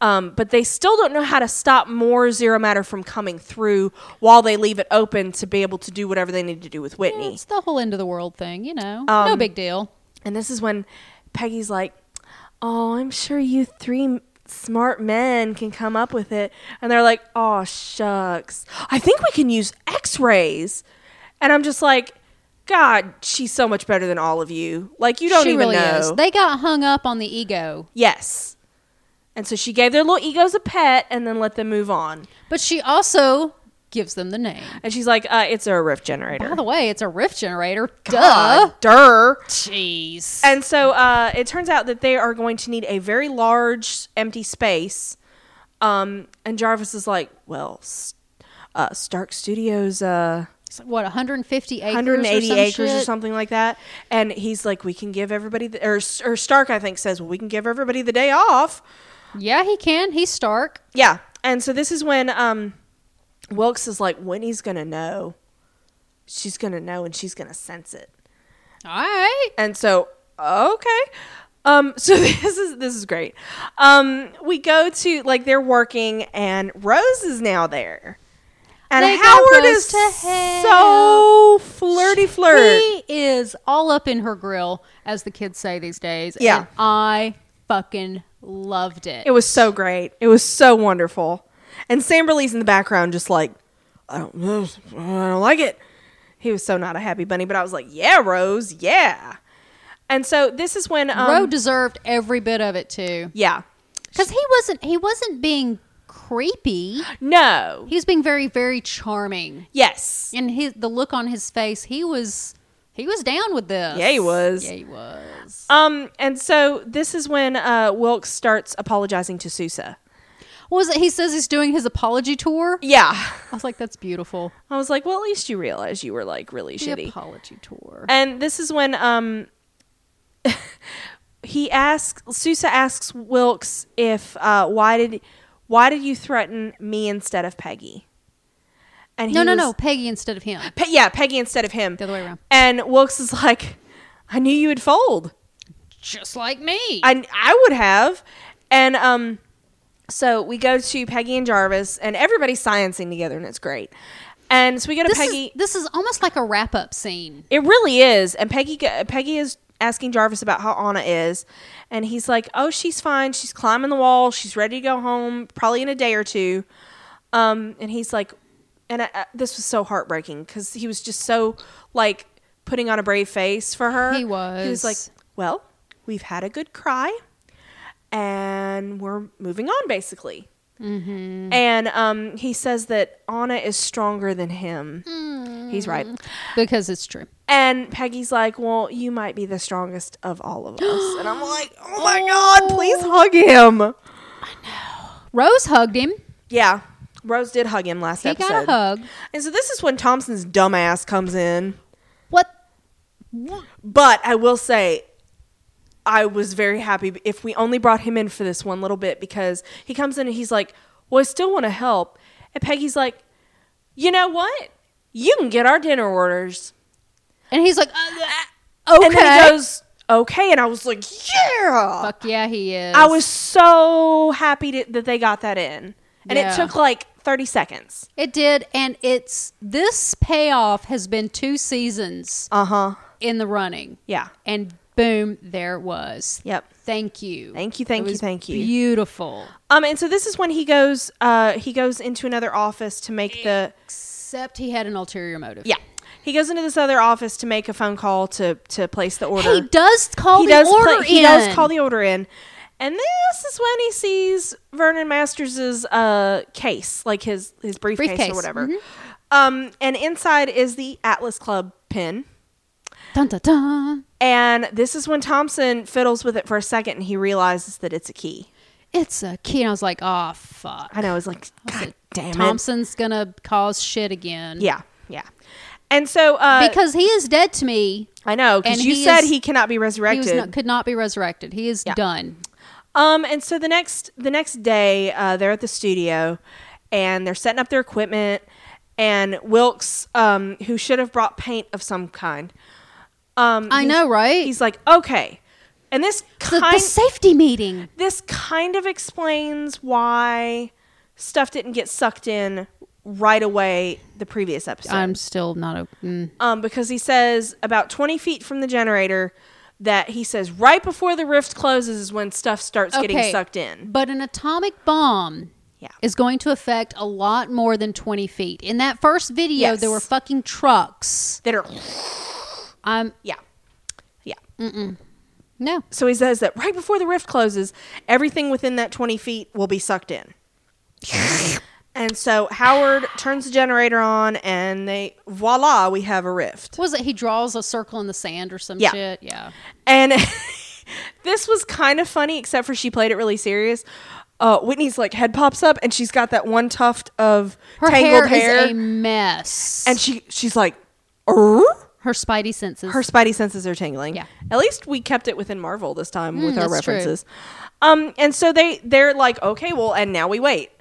S1: um, but they still don't know how to stop more zero matter from coming through while they leave it open to be able to do whatever they need to do with Whitney.
S2: It's the whole end of the world thing, you know.
S1: Um,
S2: no big deal.
S1: And this is when Peggy's like, "Oh, I'm sure you three m- smart men can come up with it." And they're like, "Oh, shucks. I think we can use X-rays." And I'm just like, "God, she's so much better than all of you. Like you don't
S2: she
S1: even
S2: really
S1: know."
S2: is. They got hung up on the ego,
S1: yes. And so she gave their little egos a pet and then let them move on.
S2: but she also gives them the name.
S1: And she's like, uh, "It's a rift
S2: By
S1: generator."
S2: the way, it's a rift generator. Duh.
S1: God, durr.
S2: Jeez.
S1: And so uh, it turns out that they are going to need a very large empty space. Um, and Jarvis is like, well, s- uh, Stark Studios, uh,
S2: It's, what 150 acres
S1: 180
S2: or some
S1: acres or
S2: shit?
S1: something like that. And he's like, we can give everybody, the, or, or Stark, I think, says, well, we can give everybody the day off.
S2: yeah he can he's stark
S1: Yeah. And so this is when um, Wilkes is like, Whitney's going to know. She's going to know and she's going to sense it.
S2: all right
S1: And so, okay. Um, so this is this is great. Um, we go to like they're working, and Rose is now there, and
S2: They got
S1: Howard
S2: Rose
S1: is
S2: to
S1: so flirty flirt.
S2: he is all up in her grill as the kids say these days
S1: Yeah.
S2: and i fucking loved it,
S1: It was so great. It was so wonderful. And Samberly's in the background, just like I don't, know. I don't like it. He was so not a happy bunny, but I was like, yeah, Rose, yeah. And so this is when um,
S2: roe deserved every bit of it too
S1: yeah,
S2: because he wasn't he wasn't being creepy
S1: no,
S2: he was being very very charming
S1: yes,
S2: and his the look on his face he was he was down with this
S1: Yeah, he was.
S2: yeah he was
S1: Um, and so this is when uh, Wilkes starts apologizing to Sousa.
S2: what was it he says he's doing his apology tour
S1: Yeah,
S2: i was like that's beautiful
S1: I was like, well, at least you realize you were like really
S2: the
S1: shitty.
S2: apology tour
S1: and this is when um, he asks Sousa asks Wilkes if uh, why did why did you threaten me instead of Peggy? And
S2: no no
S1: was-
S2: no peggy instead of him
S1: Pe- yeah, Peggy instead of him.
S2: The other way around.
S1: And Wilkes is like, I knew you would fold.
S2: just like me.
S1: I I would have. And um so we go to Peggy and Jarvis and everybody's sciencing together and it's great. And so we go to
S2: this
S1: Peggy.
S2: is this is almost like a wrap up scene.
S1: it really is. And Peggy go- Peggy is asking Jarvis about how Anna is and he's like, "Oh, she's fine. She's climbing the wall. She's ready to go home probably in a day or two. Um and he's like and I, I, this was so heartbreaking cuz he was just so like putting on a brave face for her.
S2: He
S1: He was
S2: was.
S1: like, "Well, we've had a good cry." and we're moving on basically.
S2: Mm-hmm.
S1: And um, he says that Anna is stronger than him.
S2: Hmm.
S1: He's right.
S2: Because it's true.
S1: And Peggy's like, Well, you might be the strongest of all of us. and I'm like, Oh my God, please hug him.
S2: Rose hugged him.
S1: Yeah. Rose did hug him last
S2: He
S1: episode.
S2: got a hug.
S1: And so this is when Thompson's dumbass comes in.
S2: What?
S1: But I will say, I was very happy if we only brought him in for this one little bit because he comes in and he's like, Well, I still want to help. And Peggy's like, You know what? You can get our dinner orders.
S2: And he's like, uh, okay.
S1: And then he goes, Okay. And I was like, Yeah.
S2: Fuck yeah, he is.
S1: I was so happy to, that they got that in. And
S2: Yeah.
S1: it took like 30 seconds.
S2: It did, and it's this payoff has been two seasons
S1: Uh huh.
S2: in the running,
S1: Yeah.
S2: and boom, there it was.
S1: Yep.
S2: Thank you.
S1: Thank you, thank
S2: It
S1: you,
S2: was
S1: thank you.
S2: Beautiful.
S1: Um, and so this is when he goes, uh, he goes into another office to make the
S2: Except he had an ulterior motive.
S1: Yeah. He goes into this other office to make a phone call to to place the order.
S2: He does call
S1: He
S2: the
S1: does
S2: order
S1: pla- he does
S2: in.
S1: call the order in. And this is when he sees Vernon Masters's uh case, like his his briefcase,
S2: Briefcase, Mm-hmm.
S1: or whatever. Um and inside is the Atlas Club pin.
S2: Dun, dun, dun.
S1: And this is when Thompson fiddles with it for a second and he realizes that it's a key.
S2: It's a key. And I was like, oh, fuck.
S1: I know, it's like God Damn it.
S2: Thompson's gonna cause shit again.
S1: Yeah, yeah. And so uh,
S2: because he is dead to me.
S1: I know because
S2: and
S1: you
S2: he
S1: said
S2: is-
S1: he cannot be
S2: He was
S1: resurrected.
S2: not, could not be resurrected. He is done.
S1: Um, and so the next the next day, uh, they're at the studio, and they're setting up their equipment. And Wilkes, um, who should have brought paint of some kind, um,
S2: I
S1: he's-
S2: know, right?
S1: He's like, okay, and this
S2: The,
S1: kind
S2: the safety meeting.
S1: this kind of explains why stuff didn't get sucked in right away the previous episode.
S2: I'm still not a. mm.
S1: um, because he says about 20 feet from the generator that he says right before the rift closes is when stuff starts getting
S2: Okay.
S1: sucked in.
S2: But an atomic bomb
S1: Yeah.
S2: is going to affect a lot more than 20 feet. In that first video,
S1: Yes.
S2: there were fucking trucks.
S1: That are,
S2: Um,
S1: yeah. Yeah.
S2: no.
S1: So he says that right before the rift closes, everything within that 20 feet will be sucked in. and so Howard turns the generator on, and they, voila, we have a rift.
S2: What was it? He draws a circle in the sand or some
S1: Yeah.
S2: shit. Yeah.
S1: And this was kind of funny, except for she played it really serious. Uh, Whitney's like head pops up, and she's got that one tuft of
S2: Her hair,
S1: tangled hair,
S2: is a mess.
S1: and she she's like, "Er?"
S2: her spidey senses.
S1: her spidey senses are tingling.
S2: Yeah. Mm,
S1: At least we kept it within Marvel this time with our
S2: that's true.
S1: references. Um, and so they they're like, okay, well, and now we wait.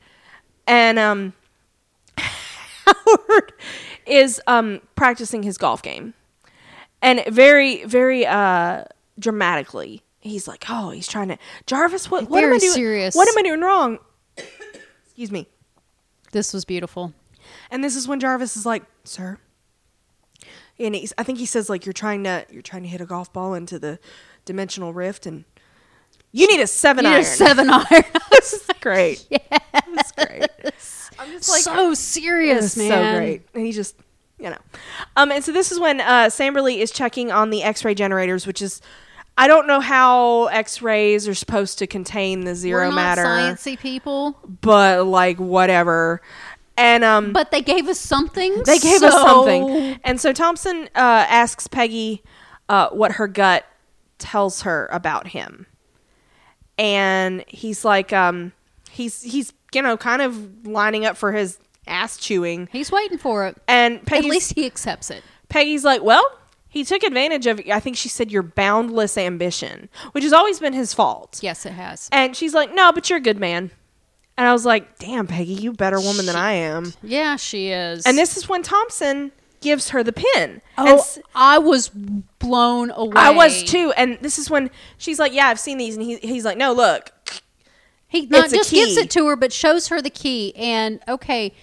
S1: And um, Howard is um practicing his golf game, and very very uh dramatically, he's like, oh, he's trying to Jarvis. What, what am I
S2: Very
S1: doing?
S2: serious.
S1: What am I doing wrong? Excuse me.
S2: this was beautiful.
S1: And this is when Jarvis is like, "Sir," and he's, I think he says like, "You're trying to you're trying to hit a golf ball into the dimensional rift, and you need a seven
S2: You
S1: iron."
S2: need a seven iron.
S1: this is great. Yeah, this is great. I'm just like,
S2: so
S1: this
S2: serious,
S1: is
S2: "Oh, man.
S1: so great. And he just, you know, um, and so this is when uh, Samberly is checking on the X-ray generators, which is. I don't know how X-rays are supposed to contain the
S2: We're
S1: zero
S2: not
S1: matter,
S2: sciencey people,
S1: but like whatever. And um,
S2: but they gave us something.
S1: they gave us
S2: so-
S1: something. And so Thompson uh, asks Peggy uh, what her gut tells her about him, and he's like, um, he's he's you know kind of lining up for his ass chewing,
S2: He's waiting for it.
S1: and
S2: At
S1: Peggy's,
S2: least he accepts it.
S1: Peggy's like, well. He took advantage of, I think she said, your boundless ambition, which has always been his fault.
S2: Yes, it has.
S1: And she's like, no, but you're a good man. And I was like, damn, Peggy, you better woman than I am.
S2: Yeah, she is.
S1: And this is when Thompson gives her the pin.
S2: oh,
S1: And s-
S2: I was blown away.
S1: I was too. And this is when she's like, "Yeah, I've seen these," and he, he's like, "No, look."
S2: He not
S1: It's a
S2: just gives
S1: key.
S2: it to her, but shows her the key. And okay,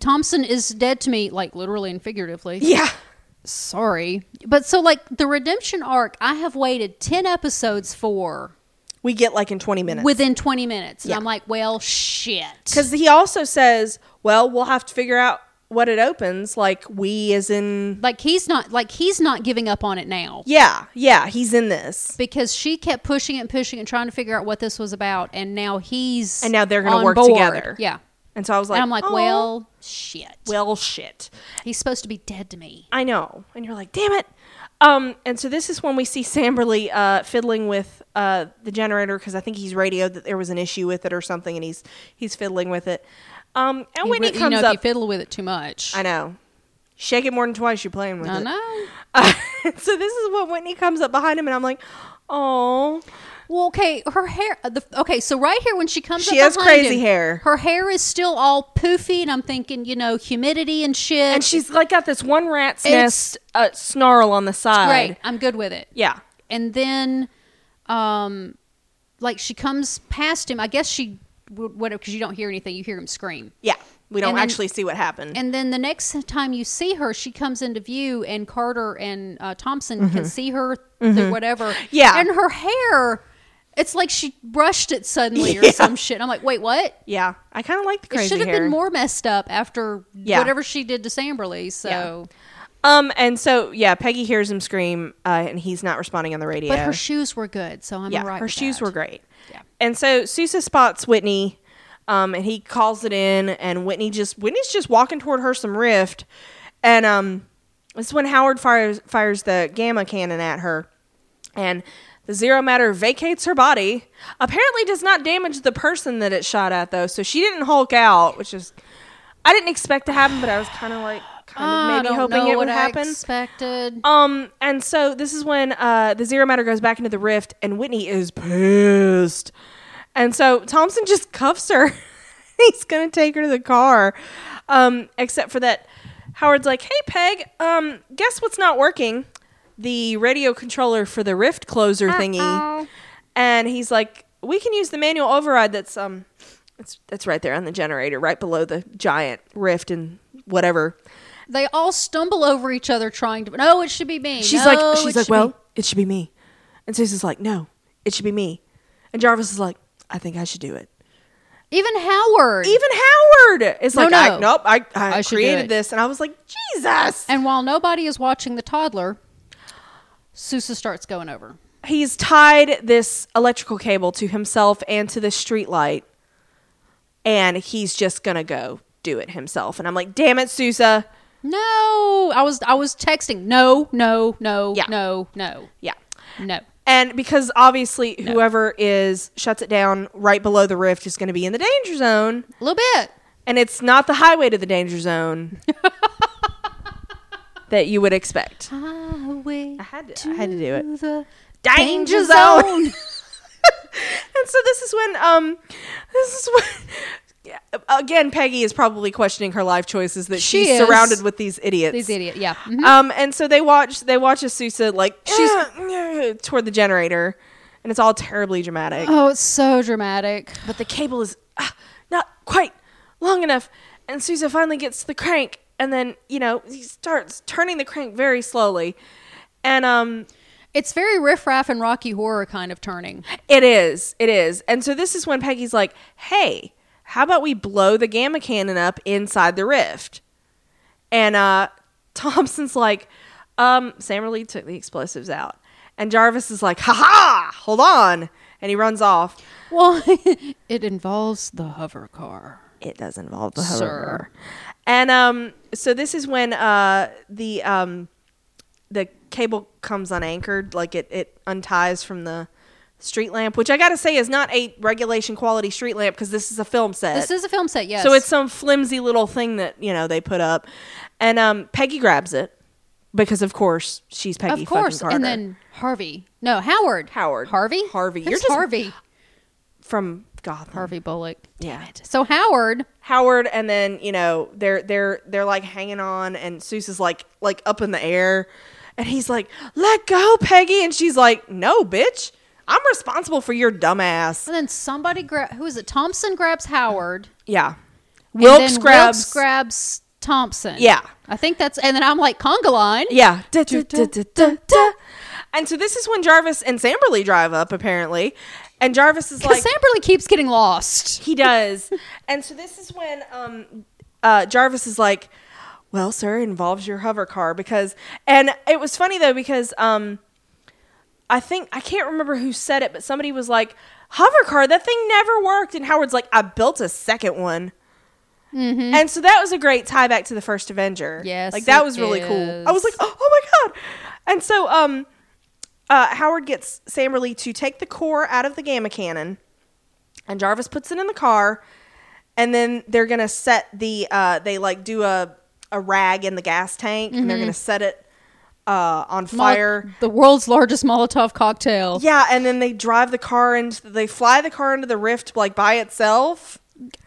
S2: Thompson is dead to me, like literally and figuratively.
S1: Yeah,
S2: Sorry, but so like the redemption arc, I have waited ten episodes for
S1: we get like in twenty minutes
S2: within twenty minutes, and
S1: Yeah.
S2: I'm like, well, shit.
S1: because he also says, "Well, we'll have to figure out what it opens." Like we is in.
S2: like he's not like he's not giving up on it now.
S1: Yeah, yeah, he's in this,
S2: Because she kept pushing it and pushing it, trying to figure out what this was about, and now he's
S1: And now they're gonna
S2: on
S1: work
S2: board.
S1: together.
S2: Yeah,
S1: and so I was like, "Oh,
S2: and I'm like,
S1: "Aw,
S2: well, shit.
S1: well, shit."
S2: He's supposed to be dead to me.
S1: I know, and you're like, "Damn it." Um, and so this is when we see Samberly uh, fiddling with uh, the generator because I think he's radioed that there was an issue with it or something, and he's he's fiddling with it. Um, and when
S2: you,
S1: he
S2: re-
S1: comes
S2: you know,
S1: up,
S2: if you fiddle with it too much.
S1: I know. Shake it more than twice. You're playing with
S2: I
S1: it.
S2: know.
S1: Uh, so this is what Whitney comes up behind him, and I'm like, oh,
S2: Well, okay, her hair. uh, The, okay, so right here when she comes,
S1: She
S2: up
S1: has
S2: behind
S1: crazy
S2: him,
S1: hair.
S2: Her hair is still all poofy, and I'm thinking, you know, humidity and shit.
S1: and she's like got this one rat's
S2: It's-
S1: nest uh, snarl on the side.
S2: right. I'm good with it.
S1: Yeah.
S2: And then, um, like she comes past him. I guess she would whatever because you don't hear anything. You hear him scream.
S1: Yeah. We don't
S2: And then-
S1: actually see what happened.
S2: And then the next time you see her, she comes into view, and Carter and uh, Thompson can see her through whatever.
S1: Mm-hmm. Yeah.
S2: and her hair. It's like she brushed it suddenly or
S1: Yeah.
S2: some shit. I'm like, wait, what?
S1: yeah. I kind of like the
S2: It
S1: crazy
S2: should have
S1: hair.
S2: been more messed up after
S1: Yeah.
S2: whatever she did to Samberly. So,
S1: Um, and so yeah, Peggy hears him scream, uh, and he's not responding on the radio.
S2: but her shoes were good, so I'm
S1: yeah,
S2: right.
S1: her
S2: with
S1: shoes
S2: that.
S1: were great.
S2: Yeah.
S1: And so Sousa spots Whitney, um, and he calls it in, and Whitney just Whitney's just walking toward her some rift, and um, it's when Howard fires fires the gamma cannon at her, and The zero matter vacates her body. Apparently, does not damage the person that it shot at though, so she didn't Hulk out, which is I didn't expect to happen, but I was kind of like kind
S2: Ah, I
S1: of maybe
S2: don't
S1: hoping
S2: know
S1: it
S2: what
S1: would
S2: I
S1: happen.
S2: Expected.
S1: Um, and so this is when uh, the Zero Matter goes back into the rift, and Whitney is pissed. And so Thompson just cuffs her. He's gonna take her to the car. Um, except for that, Howard's like, "Hey Peg, um, guess what's not working? The radio controller for the rift closer thingy." And he's like, "We can use the manual override. That's um, it's it's right there on the generator, right below the giant rift and whatever."
S2: They all stumble over each other trying to. No, it should be me.
S1: She's
S2: No,
S1: like,
S2: it
S1: she's like,
S2: should
S1: well,
S2: be-"
S1: it should be me. And Susan's like, no, it should be me. And Jarvis is like, I think I should do it.
S2: even Howard.
S1: Even Howard is
S2: No,
S1: like,
S2: no.
S1: I, nope, I, I,
S2: I should do
S1: created
S2: it.
S1: this. And I was like, Jesus.
S2: and while nobody is watching the toddler, Sousa starts going over.
S1: He's tied this electrical cable to himself and to the streetlight. And he's just going to go do it himself. And I'm like, damn it, Sousa.
S2: No, I was I was texting. No, no, no,
S1: Yeah.
S2: no, no,
S1: Yeah.
S2: no.
S1: And because obviously whoever is shuts it down right below the rift is going to be in the danger zone.
S2: A little bit.
S1: and it's not the highway to the danger zone that you would expect.
S2: Highway
S1: I had to, I had to do it.
S2: the
S1: Danger zone. and so this is when um this is when again Peggy is probably questioning her life choices that
S2: She
S1: she's
S2: is.
S1: surrounded with these idiots.
S2: These idiot. Yeah. Mhm.
S1: Um and so they watch they watch Asusa like she's toward the generator and it's all terribly dramatic.
S2: Oh, it's so dramatic.
S1: but the cable is ah, not quite long enough. And Sousa finally gets to the crank, and then you know he starts turning the crank very slowly, and um,
S2: It's very riffraff and Rocky Horror kind of turning.
S1: it is, it is. And so this is when Peggy's like, "Hey, how about we blow the gamma cannon up inside the rift?" And uh, Thompson's like, um, Samerly took the explosives out, and Jarvis is like, "Ha ha, hold on," and he runs off.
S2: Well, it involves the hover car.
S1: it does involve the
S2: Sir.
S1: hover. And um, so this is when uh, the um, the cable comes unanchored, like it it unties from the street lamp, which I gotta say is not a regulation quality street lamp because this is a film set.
S2: This is a film set, yes.
S1: So it's some flimsy little thing that you know they put up, and um, Peggy grabs it because of course she's Peggy.
S2: of course,
S1: fucking Carter
S2: and then Harvey. No, Howard.
S1: Howard.
S2: Harvey.
S1: Harvey.
S2: Who's
S1: You're just-
S2: Harvey.
S1: from Gotham.
S2: Harvey Bullock. Damn
S1: Yeah.
S2: it. So Howard.
S1: Howard and then, you know, they're they're they're like hanging on and Seuss is like like up in the air and he's like, Let go, Peggy and she's like, No, bitch. I'm responsible for your dumbass.
S2: And then somebody gra- who is it? Thompson grabs Howard.
S1: Yeah.
S2: and
S1: Wilkes
S2: then
S1: grabs
S2: Wilkes grabs Thompson.
S1: Yeah.
S2: I think that's and then I'm like conga line.
S1: Yeah. Da, da, da, da, da, da. And so this is when Jarvis and Samberly drive up, apparently. And Jarvis is like
S2: Because Samberly keeps getting lost.
S1: He does. and so this is when um, uh, Jarvis is like, "Well, sir, it involves your hover car because." And it was funny though because um, I think I can't remember who said it, but somebody was like, "Hover car, that thing never worked." And Howard's like, "I built a second one." And so that was a great tie back to the first Avenger.
S2: Mm-hmm. Yes,
S1: like that
S2: it
S1: was really cool. I
S2: is.
S1: was like, oh, oh my god! And so, um, uh, Howard gets Samberly to take the core out of the gamma cannon, and Jarvis puts it in the car, and then they're gonna set the uh, they like do a a rag in the gas tank, and
S2: Mm-hmm.
S1: they're gonna set it uh, on
S2: Mol-
S1: fire.
S2: the world's largest Molotov cocktail.
S1: yeah, and then they drive the car into they fly the car into the rift like by itself,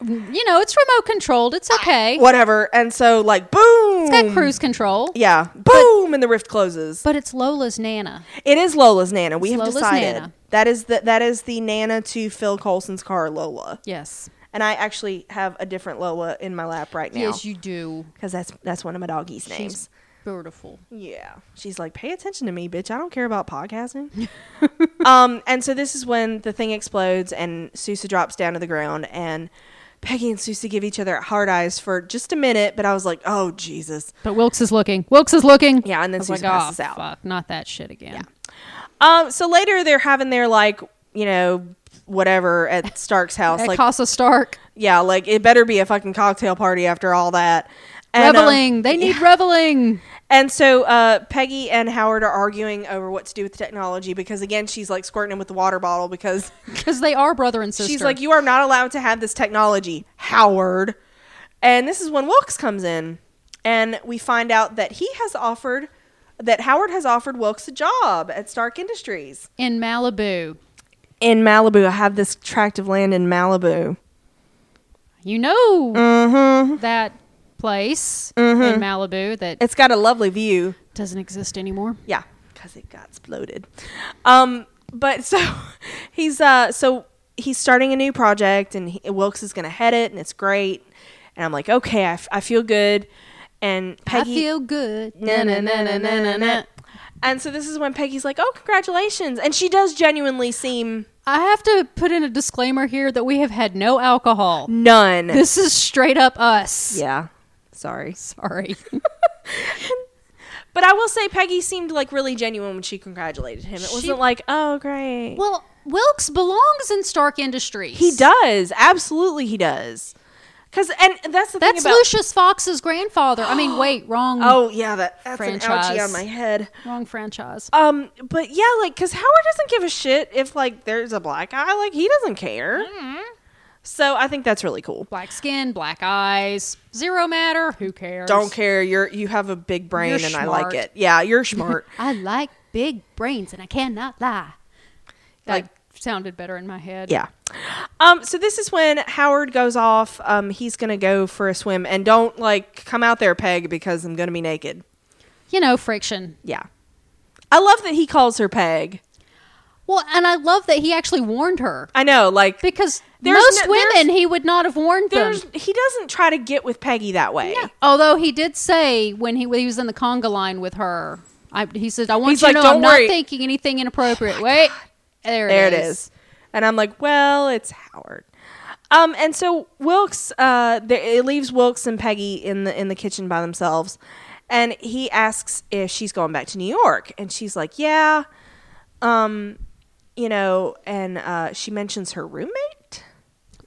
S2: You know, it's remote controlled. It's okay.
S1: whatever. And so like boom,
S2: It's got cruise control.
S1: yeah, boom, and the rift closes.
S2: But it's Lola's Nana.
S1: It is Lola's Nana. We have
S2: Lola's
S1: decided
S2: Nana.
S1: that is the that is the Nana to Phil Coulson's car, Lola.
S2: Yes.
S1: And I actually have a different Lola in my lap right now
S2: Yes, you do.
S1: because that's that's one of my doggies' names.
S2: She's beautiful.
S1: yeah, she's like, pay attention to me, bitch. I don't care about podcasting. um, and so this is when the thing explodes and Sousa drops down to the ground and. Peggy and Susie give each other hard eyes for just a minute, but I was like, "Oh Jesus!"
S2: But Wilkes is looking. Wilkes is looking.
S1: Yeah, and then
S2: I was like,
S1: Susan passes
S2: "Oh,
S1: out."
S2: Fuck, not that shit again.
S1: Um, so later they're having their like, you know, whatever at Stark's house,
S2: At
S1: like
S2: Casa Stark,
S1: Yeah, like it better be a fucking cocktail party after all that. um,
S2: reveling. they need reveling.
S1: And so uh, Peggy and Howard are arguing over what to do with the technology because again, she's like squirting him with the water bottle because
S2: because they are brother and sister.
S1: she's like, "You are not allowed to have this technology, Howard." And this is when Wilkes comes in, and we find out that he has offered that Howard has offered Wilkes a job at Stark Industries
S2: in Malibu.
S1: in Malibu. I have this tract of land in Malibu.
S2: You know
S1: Mm-hmm.
S2: that place in Malibu that
S1: It's got a lovely view.
S2: doesn't exist anymore.
S1: Yeah, because it got exploded. Um, but so he's uh, so he's starting a new project, and he, Wilkes is going to head it, and it's great. And I'm like, okay, I, f- I feel good. And Peggy,
S2: I feel good.
S1: na, na, na, na, na, na, na. And so this is when Peggy's like, oh, congratulations, and she does genuinely seem
S2: I have to put in a disclaimer here that we have had no alcohol.
S1: none.
S2: This is straight up us.
S1: yeah, sorry.
S2: Sorry.
S1: But I will say, Peggy seemed like really genuine when she congratulated him. It
S2: She-
S1: wasn't like, oh, great.
S2: well, Wilkes belongs in Stark Industries.
S1: He does. Absolutely, he does. Because and that's the
S2: That's
S1: thing about.
S2: Lucius Fox's grandfather. I mean, wait, wrong,
S1: Oh yeah, that, that's an
S2: Franchise.
S1: ouchie on my head.
S2: wrong franchise.
S1: Um, but yeah, like, cause Howard doesn't give a shit if like there's a black guy. Like he doesn't care.
S2: Mm-hmm.
S1: So I think that's really cool.
S2: Black skin, black eyes, zero matter. Who cares?
S1: Don't care. You're you have a big brain
S2: You're
S1: and I like
S2: smart.
S1: it. Yeah, you're smart.
S2: I like big brains, and I cannot lie. That
S1: Like-
S2: sounded better in my head.
S1: yeah. Um, so this is when Howard goes off. Um, he's gonna go for a swim and don't like come out there, Peg, because I'm gonna be naked.
S2: You know, friction.
S1: Yeah. I love that he calls her Peg.
S2: Well, and I love that he actually warned her
S1: I know, like
S2: because
S1: There's
S2: most
S1: no- there's-
S2: women he would not have warned them.
S1: there's he doesn't try to get with Peggy that way.
S2: Yeah. Although he did say when he, when he was in the conga line with her, I, he said, "I want
S1: He's
S2: you
S1: like,
S2: to know
S1: "Don't
S2: I'm
S1: worry." Oh
S2: not thinking anything inappropriate." Wait, there,
S1: There it is. And I'm like, well, it's Howard. Um, and so Wilkes, uh, th- it leaves Wilkes and Peggy in the in the kitchen by themselves, and he asks if she's going back to New York, and she's like, yeah, um, you know, and uh, she mentions her roommate.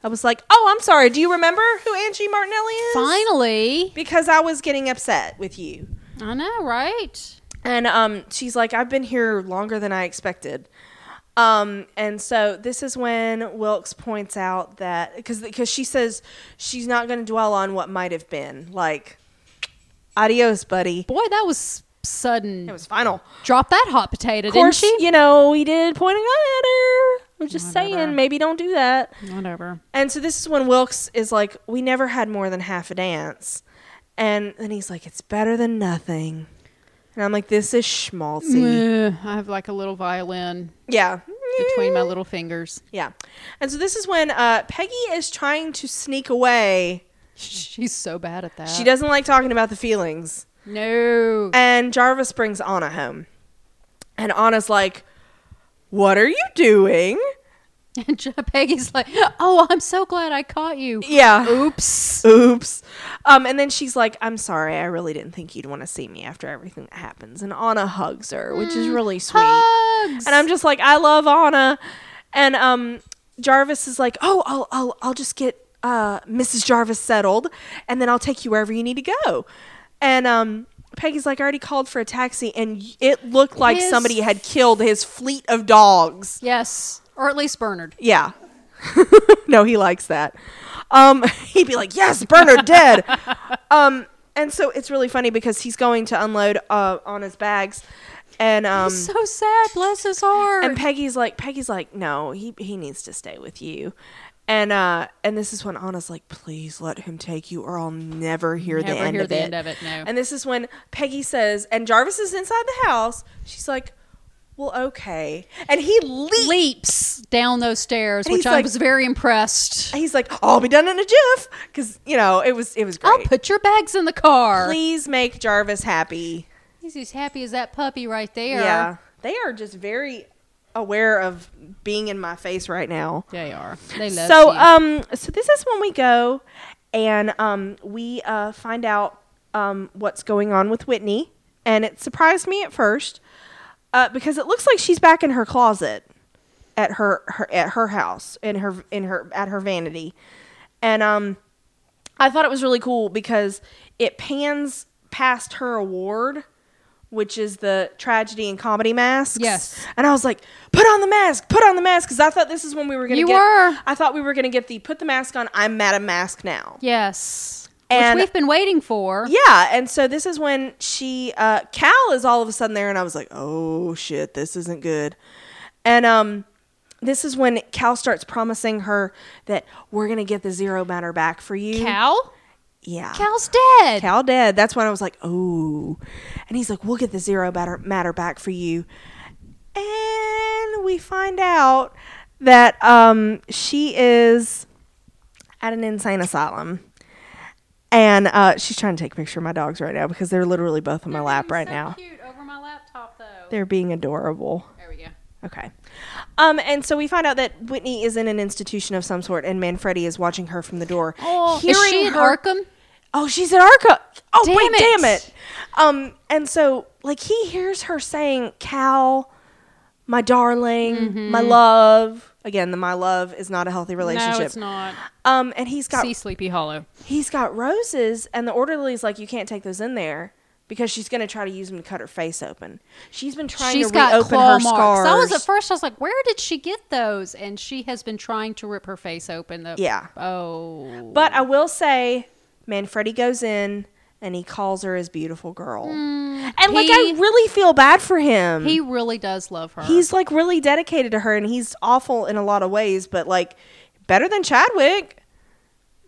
S1: I was like, oh, I'm sorry. Do you remember who Angie Martinelli is?
S2: Finally,
S1: Because I was getting upset with you.
S2: I know, right?
S1: And um, she's like, I've been here longer than I expected. Um, and so this is when Wilkes points out that because because she says she's not going to dwell on what might have been. Like, adios, buddy.
S2: Boy, that was sudden.
S1: It was final.
S2: Drop that hot potato,
S1: Of course,
S2: didn't she?
S1: you know he did pointing at her. I'm just saying, maybe don't do that.
S2: Whatever.
S1: And so this is when Wilkes is like, "We never had more than half a dance," and then he's like, "It's better than nothing." And I'm like, "This is schmaltzy."
S2: Ugh, I have like a little violin
S1: Yeah.
S2: between my little fingers.
S1: Yeah. And so this is when uh, Peggy is trying to sneak away.
S2: She's so bad at that.
S1: She doesn't like talking about the feelings.
S2: No.
S1: And Jarvis brings Anna home. And Anna's like, What are you doing?
S2: And Je- Peggy's like, "Oh, I'm so glad I caught you."
S1: Yeah.
S2: Oops.
S1: Oops. Um, and then she's like, I'm sorry. I really didn't think you'd want to see me after everything that happens. And Anna hugs her, which is really sweet.
S2: Hugs.
S1: and I'm just like, I love Anna. And um, Jarvis is like, oh, I'll, I'll, I'll just get uh, Mrs. Jarvis settled, and then I'll take you wherever you need to go. And um, Peggy's like, I already called for a taxi, and y- it looked like
S2: His-
S1: somebody had killed his fleet of dogs.
S2: Yes, or at least Bernard.
S1: Yeah. no, he likes that. Um, he'd be like, "Yes, Bernard dead." um, and so it's really funny because he's going to unload uh, on his bags, and um,
S2: Mm. so sad. Bless his heart.
S1: and Peggy's like, Peggy's like, no, he he needs to stay with you. And uh and this is when Anna's like, please let him take you, or I'll never hear the
S2: Never
S1: end
S2: hear
S1: of
S2: the
S1: it.
S2: end of it, no.
S1: And this is when Peggy says, and Jarvis is inside the house. She's like, well, okay, and he leaps.
S2: leaps down those stairs,
S1: And
S2: which
S1: he's
S2: I
S1: like-
S2: was very impressed.
S1: He's like, I'll be done in a jiff, because you know it was it was
S2: I'll
S1: great.
S2: put your bags in the car.
S1: Please make Jarvis happy.
S2: He's as happy as that puppy right there.
S1: Yeah, they are just very aware of being in my face right now.
S2: They are. They love
S1: so
S2: you.
S1: um so this is when we go and um we uh find out um what's going on with Whitney and it surprised me at first uh because it looks like she's back in her closet at her, her at her house in her in her at her vanity and um I thought it was really cool because it pans past her award which is the tragedy and comedy masks.
S2: Yes.
S1: And I was like, put on the mask, put on the mask, because I thought this is when we were going to
S2: You
S1: get.
S2: were.
S1: I thought we were going to get the put the mask on. I'm Madam Mask now.
S2: Yes.
S1: And-
S2: Which we've been waiting for.
S1: Yeah, and so this is when she uh Cal is all of a sudden there and I was like, "Oh shit, this isn't good." And um this is when Cal starts promising her that we're going to get the zero matter back for you.
S2: Cal?
S1: yeah.
S2: Cal's dead.
S1: Cal dead. That's when I was like, "Oh." And he's like, "We'll get the zero matter matter back for you." And we find out that um she is at an insane asylum. And uh, she's trying to take a picture of my dogs right now because they're literally both on my lap right now.
S2: Cute over my laptop though.
S1: They're being adorable.
S2: There we go.
S1: Okay. Um, and so we find out that Whitney is in an institution of some sort, and Manfredi is watching her from the door.
S2: Oh, is she in Arkham?
S1: Oh, she's at Arca. Oh,
S2: Damn
S1: wait,
S2: it.
S1: damn it. Um, and so like he hears her saying, "Cal, my darling, my love." Again, the my love is not a healthy relationship.
S2: Mm-hmm. No, it's not.
S1: Um, and he's got
S2: See Sleepy Hollow.
S1: he's got roses, and the orderly's like, "You can't take those in there." Because she's gonna try to use them to cut her face open. She's been trying
S2: She's
S1: to
S2: got
S1: reopen
S2: claw
S1: her
S2: marks.
S1: scars.
S2: I was at first. I was like, "Where did she get those?" And she has been trying to rip her face open. The,
S1: Yeah.
S2: Oh.
S1: But I will say, Manfredi goes in and he calls her his beautiful girl, and like
S2: Mm, he-
S1: I really feel bad for him.
S2: He really does love her.
S1: he's like really dedicated to her and he's awful in a lot of ways but like better than chadwick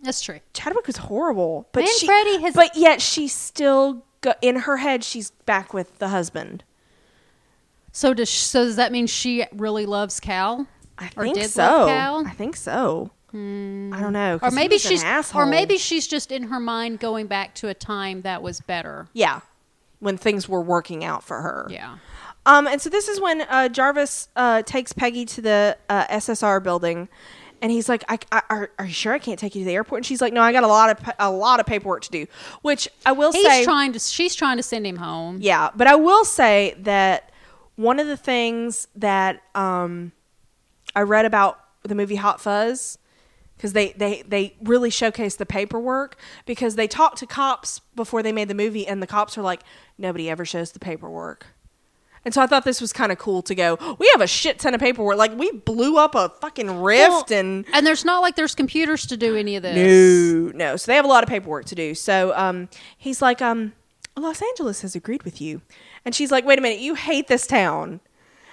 S2: That's true.
S1: chadwick was horrible but she,
S2: Manfredi has-
S1: but yet she's still go- in her head she's back with the husband
S2: So does sh- so does that mean she really loves Cal?
S1: i
S2: Or
S1: think
S2: did
S1: so
S2: love Cal? Hmm.
S1: i think so i don't know
S2: Or
S1: 'cause he
S2: maybe
S1: was an
S2: she's
S1: asshole.
S2: or maybe she's just in her mind going back to a time that was better.
S1: yeah when things were working out for her
S2: Yeah.
S1: Um, and so this is when uh, Jarvis uh, takes Peggy to the uh, SSR building, and he's like, I, I, are, "Are you sure I can't take you to the airport?" And she's like, "No, I got a lot of pa- a lot of paperwork to do." Which I will
S2: He's
S1: say,
S2: trying to she's trying to send him home.
S1: yeah, but I will say that one of the things that um, I read about the movie Hot Fuzz because they, they, they really showcased the paperwork because they talked to cops before they made the movie and the cops are like nobody ever shows the paperwork and so i thought this was kind of cool to go we have a shit ton of paperwork like we blew up a fucking rift
S2: Well,
S1: and
S2: and there's not like there's computers to do any of this.
S1: no, no. So they have a lot of paperwork to do. So um, he's like, um, Los Angeles has agreed with you, and she's like, wait a minute, you hate this town,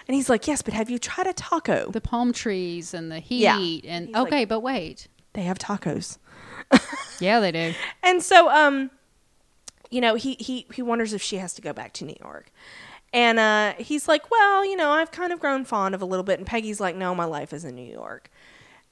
S1: and he's like, yes, but have you tried a taco?
S2: The palm trees and the heat
S1: Yeah.
S2: and
S1: He's like-
S2: okay, but wait.
S1: They have tacos,
S2: Yeah, they do.
S1: and so um, you know, he he he wonders if she has to go back to New York. And uh, he's like, well, you know, I've kind of grown fond of a little bit. And Peggy's like, no, my life is in New York.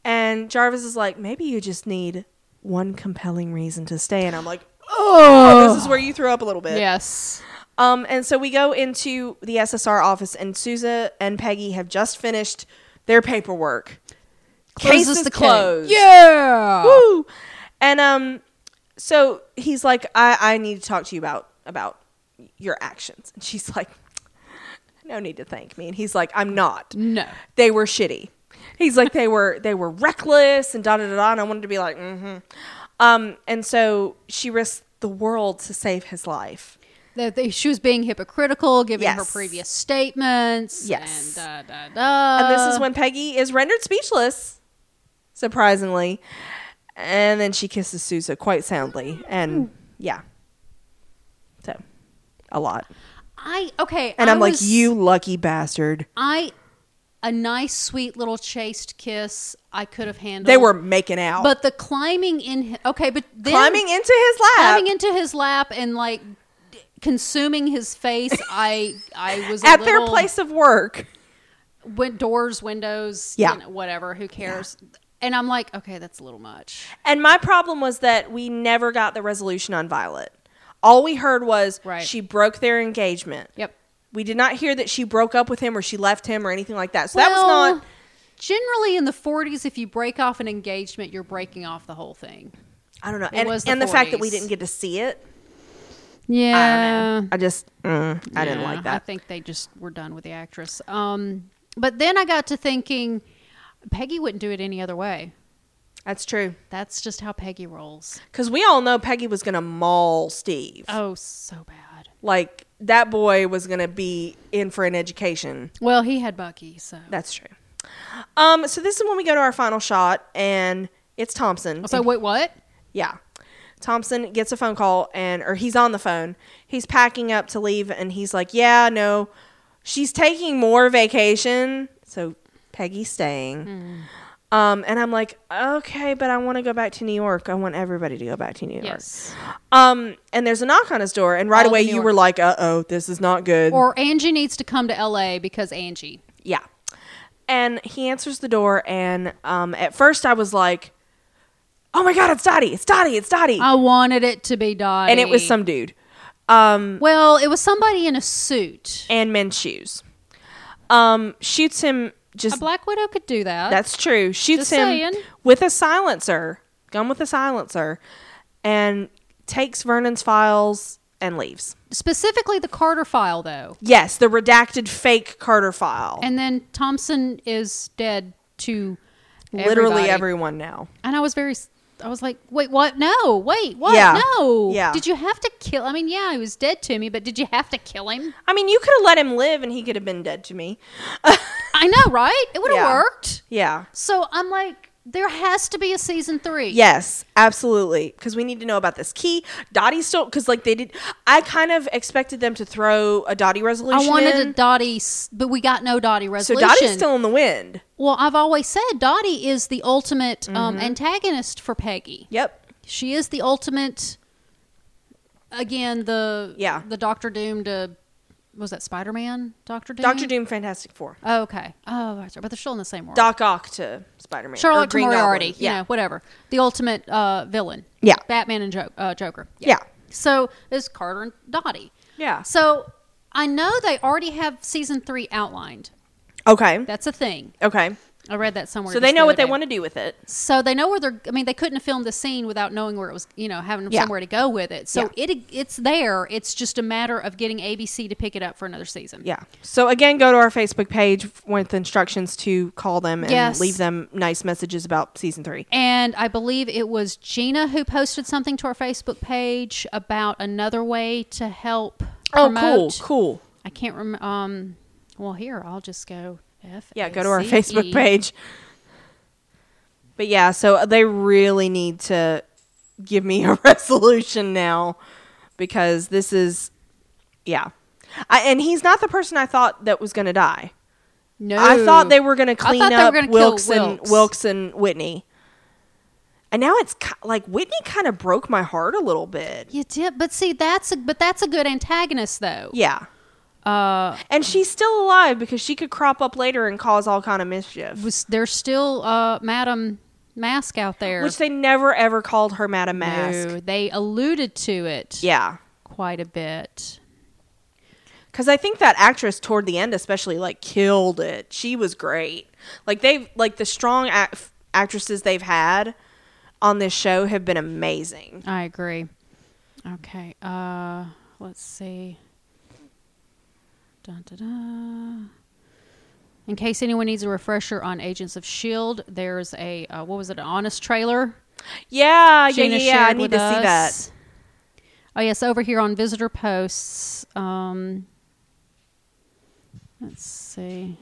S1: And Jarvis is like, maybe you just need one compelling reason to stay. And I'm like, oh, this is where you throw up a little bit.
S2: Yes.
S1: Um, and so we go into the SSR office, and Sousa and Peggy have just finished their paperwork. Case
S2: Closes
S1: is
S2: the case.
S1: closed.
S2: Yeah.
S1: Woo! And um, so he's like, I, I need to talk to you about about your actions. And she's like, No need to thank me. And he's like, I'm not.
S2: No.
S1: They were shitty. He's like, they were they were reckless and da da da da. And I wanted to be like, mm-hmm. Um, and so she risked the world to save his life.
S2: That they, she was being hypocritical, giving her
S1: Yes.
S2: previous statements.
S1: Yes.
S2: And da, da, da.
S1: and this is when Peggy is rendered speechless, surprisingly. And then she kisses Sousa quite soundly. And
S2: Hmm.
S1: yeah. So, a lot.
S2: I okay.
S1: And
S2: I
S1: I am like,
S2: was-
S1: you lucky bastard.
S2: I a nice, sweet little chaste kiss I could have handled.
S1: They were making out. But
S2: but the climbing in. hi- Okay, but then
S1: climbing into his lap.
S2: climbing into his lap and like d- consuming his face. I I was a
S1: at their
S2: little,
S1: place of work.
S2: went doors, windows,
S1: Yeah.
S2: you know, whatever. Who cares? And I'm like, okay, that's a little much.
S1: And my problem was that we never got the resolution on Violet. All we heard was
S2: Right.
S1: she broke their engagement.
S2: Yep.
S1: We did not hear that she broke up with him or she left him or anything like that. So that
S2: Well,
S1: was not
S2: Generally, in the 40s, if you break off an engagement, you're breaking off the whole thing.
S1: I don't know. And,
S2: was the
S1: and the fact that we
S2: 40s.
S1: didn't get to see it.
S2: Yeah.
S1: I just, mm, I didn't
S2: Uh, Yeah,
S1: like
S2: I
S1: that.
S2: think they just were done with the actress. Um, but then I got to thinking, Peggy wouldn't do it any other way.
S1: That's true.
S2: That's just how Peggy rolls.
S1: Because we all know Peggy was going to maul Steve.
S2: Oh, so bad.
S1: Like, that boy was going to be in for an education.
S2: Well, he had Bucky, so
S1: That's true. Um, so this is when we go to our final shot, and it's Thompson.
S2: so wait, what?
S1: Yeah. Thompson gets a phone call and or he's on the phone. He's packing up to leave and he's like, "Yeah, no. She's taking more vacation." So Peggy's staying.
S2: Hmm.
S1: Um and I'm like, "Okay, but I want to go back to New York. I want everybody to go back to New York."
S2: Yes.
S1: Um and there's a knock on his door and right
S2: All
S1: away
S2: New
S1: you
S2: York.
S1: were like, "Uh-oh, this is not good."
S2: Or Angie needs to come to L.A. because Angie.
S1: Yeah. And he answers the door, and um, at first I was like, oh my God, it's Dottie. It's Dottie. It's Dottie.
S2: I wanted it to be Dottie,
S1: and it was some dude. Um,
S2: Well, it was somebody in a suit.
S1: and men's shoes. Um, shoots him
S2: A
S1: just.
S2: Black Widow could do that.
S1: that's true. Shoots
S2: Just
S1: him
S2: saying.
S1: with a silencer, gun with a silencer, and takes Vernon's files and leaves.
S2: specifically the Carter file, though.
S1: Yes, the redacted fake Carter file.
S2: And then Thompson is dead to
S1: Literally
S2: everybody.
S1: everyone now.
S2: And I was very, s- I was like, wait, what? No, wait, what?
S1: Yeah.
S2: No.
S1: Yeah.
S2: Did you have to kill? I mean, yeah, he was dead to me, but did you have to kill him?
S1: I mean, you could have let him live and he could have been dead to me.
S2: I know, right? It would have
S1: Yeah.
S2: worked.
S1: Yeah.
S2: So I'm like, there has to be a season three.
S1: Yes, absolutely. Because we need to know about this key. Dottie's still because like they did. I kind of expected them to throw a Dottie resolution.
S2: I wanted a
S1: in,
S2: Dottie, s- but we got no Dottie
S1: so
S2: resolution.
S1: Dottie's still in the wind.
S2: well, I've always said Dottie is the ultimate um,
S1: Mm-hmm.
S2: antagonist for Peggy.
S1: Yep.
S2: she is the ultimate again the
S1: Yeah.
S2: the doctor doom to was that spider-man doctor doom
S1: Doctor Doom, Fantastic Four,
S2: oh, okay oh right, sorry, but they're still in the same world
S1: Doc Ock to Spider Man,
S2: Sherlock to Moriarty, you
S1: Yeah.
S2: know, whatever. The ultimate uh, villain.
S1: Yeah.
S2: Batman and jo- uh, Joker.
S1: Yeah.
S2: So there's Carter and Dottie.
S1: Yeah.
S2: So I know they already have season three outlined.
S1: Okay.
S2: That's a thing.
S1: Okay.
S2: I read that somewhere.
S1: So
S2: just
S1: they
S2: the
S1: know
S2: other
S1: what they
S2: day.
S1: want to do with it.
S2: So they know where they're. I mean, they couldn't have filmed the scene without knowing where it was. You know, having
S1: Yeah.
S2: somewhere to go with it. So
S1: Yeah.
S2: it it's there. It's just a matter of getting ABC to pick it up for another season.
S1: Yeah. So again, go to our Facebook page with instructions to call them and
S2: Yes.
S1: leave them nice messages about season three.
S2: And I believe it was Gina who posted something to our Facebook page about another way to help.
S1: Oh, cool,
S2: promote.
S1: cool.
S2: I can't remember. Um, well, here I'll just go. F
S1: Yeah,
S2: A
S1: go to our
S2: C E.
S1: Facebook page. But yeah, so they really need to give me a resolution now because this is, yeah. I, and he's not the person I thought that was going to die.
S2: No,
S1: I thought they were going to
S2: thought
S1: clean
S2: they were
S1: up
S2: gonna kill
S1: Wilkes, and,
S2: Wilkes.
S1: Wilkes and Whitney. And now it's ki- like Whitney kind of broke my heart a little bit.
S2: You did, but see, that's a but that's a good antagonist though.
S1: Yeah.
S2: Uh,
S1: And she's still alive because she could crop up later and cause all kind of mischief,
S2: was there's still uh Madam Mask out there?
S1: which they never ever called her Madam
S2: No,
S1: Mask.
S2: they alluded to it
S1: Yeah.
S2: quite a bit.
S1: Cause I think that actress toward the end, especially, like killed it. She was great. Like they've like the strong ac- actresses they've had on this show have been amazing.
S2: I agree. Okay. Uh, let's see. Dun, dun, dun. In case anyone needs a refresher on Agents of Shield, E there's a uh, what was it? An honest trailer.
S1: Yeah, Oh, yeah,
S2: Gina
S1: yeah. yeah. I
S2: shared
S1: need
S2: with
S1: to see that.
S2: us. Oh yes, over here on visitor posts. Um, let's see.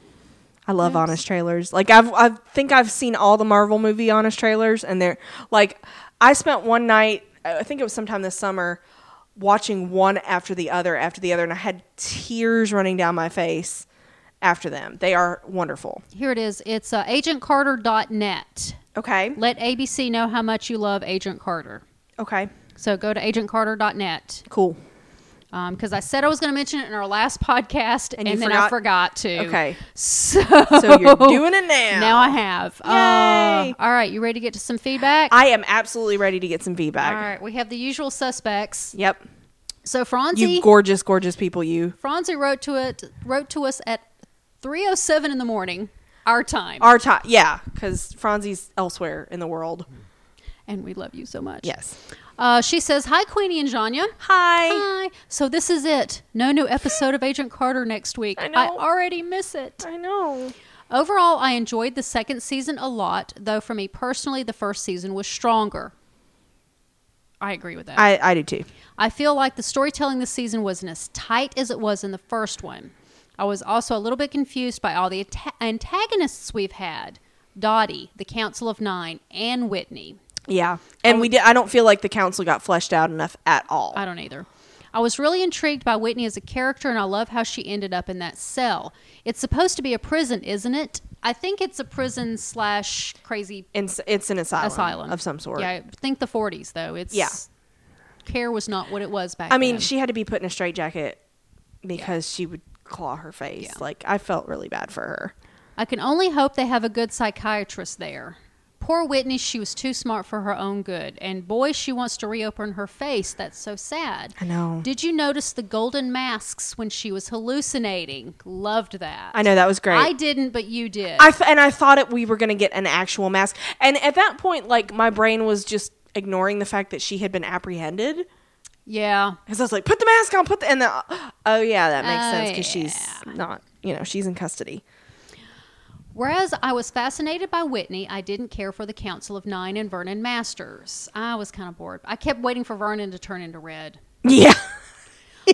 S1: I love honest trailers. Like I've I think I've seen all the Marvel movie honest trailers, and they're like I spent one night. I think it was sometime this summer watching one after the other after the other, and I had tears running down my face after them. They are wonderful.
S2: Here it is. It's uh, agentcarter.net.
S1: Okay.
S2: Let ABC know how much you love Agent Carter.
S1: Okay.
S2: So go to agentcarter.net
S1: Cool.
S2: because um, I said I was going to mention it in our last podcast
S1: And you
S2: and, then I
S1: forgot?
S2: forgot to.
S1: Okay.
S2: So,
S1: So you're doing it now.
S2: Now I have. Uh,
S1: Yay.
S2: all right. You ready to get to some feedback?
S1: I am absolutely ready to get some
S2: all
S1: feedback.
S2: right. We have the usual suspects.
S1: Yep.
S2: So
S1: You
S2: Franzi,
S1: gorgeous, gorgeous people, you.
S2: Franzi wrote to it wrote to us at 3:07 in the morning, our time,
S1: Our time. Yeah, because Franzi's elsewhere in the world.
S2: and we love you so much.
S1: Yes.
S2: Uh, she says, "Hi, Queenie and Janya."
S1: Hi.
S2: Hi. So this is it. No new episode of Agent Carter next week.
S1: I know.
S2: already miss it.
S1: I know.
S2: Overall, I enjoyed the second season a lot, though for me personally, the first season was stronger. I agree with that.
S1: I, I do too.
S2: I feel like the storytelling this season wasn't as tight as it was in the first one. I was also a little bit confused by all the ata- antagonists we've had Dottie, the Council of Nine, and Whitney.
S1: Yeah, and we did. I don't feel like the council got fleshed out enough at all.
S2: I don't either. I was really intrigued by Whitney as a character, and I love how she ended up in that cell. It's supposed to be a prison, isn't it? I think it's a prison slash crazy
S1: it's, it's an asylum,
S2: asylum
S1: of some sort.
S2: Yeah, I think the 40s though. It's
S1: Yeah.
S2: Care was not what it was back.
S1: I mean,
S2: then.
S1: she had to be put in a straitjacket because she would claw her face.
S2: Yeah.
S1: Like I felt really bad for her.
S2: I can only hope they have a good psychiatrist there. Poor Whitney, she was too smart for her own good, and boy, she wants to reopen her face. That's so sad.
S1: I know.
S2: Did you notice the golden masks when she was hallucinating? Loved that.
S1: I know that was great.
S2: I didn't, but you did.
S1: I th- and I thought it, we were going to get an actual mask. And at that point, like my brain was just ignoring the fact that she had been apprehended.
S2: yeah.
S1: Because I was like, put the mask on, put the and the oh yeah, that makes
S2: Oh,
S1: sense because she's not, you know, she's in custody.
S2: Whereas I was fascinated by Whitney, I didn't care for the Council of Nine and Vernon Masters. I was kind of bored. I kept waiting for Vernon to turn into red.
S1: Yeah,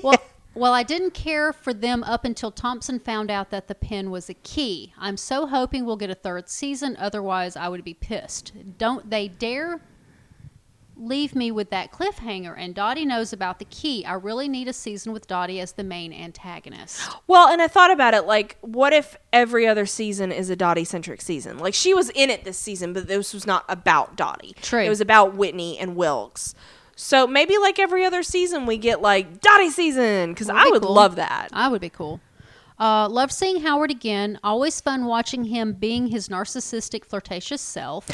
S2: well, well, I didn't care for them up until Thompson found out that the pen was a key. I'm so hoping we'll get a third season. Otherwise, I would be pissed. Don't they dare leave me with that cliffhanger. And Dottie knows about the key. I really need a season with Dottie as the main antagonist.
S1: well, and I thought about it like, what if every other season is a Dottie centric season? Like she was in it this season, but this was not about Dottie.
S2: True.
S1: it was about Whitney and Wilkes. So maybe like every other season, we get like Dottie season because I
S2: be
S1: would
S2: cool.
S1: love that.
S2: I would be cool. Uh, love seeing Howard again. Always fun watching him being his narcissistic, flirtatious self.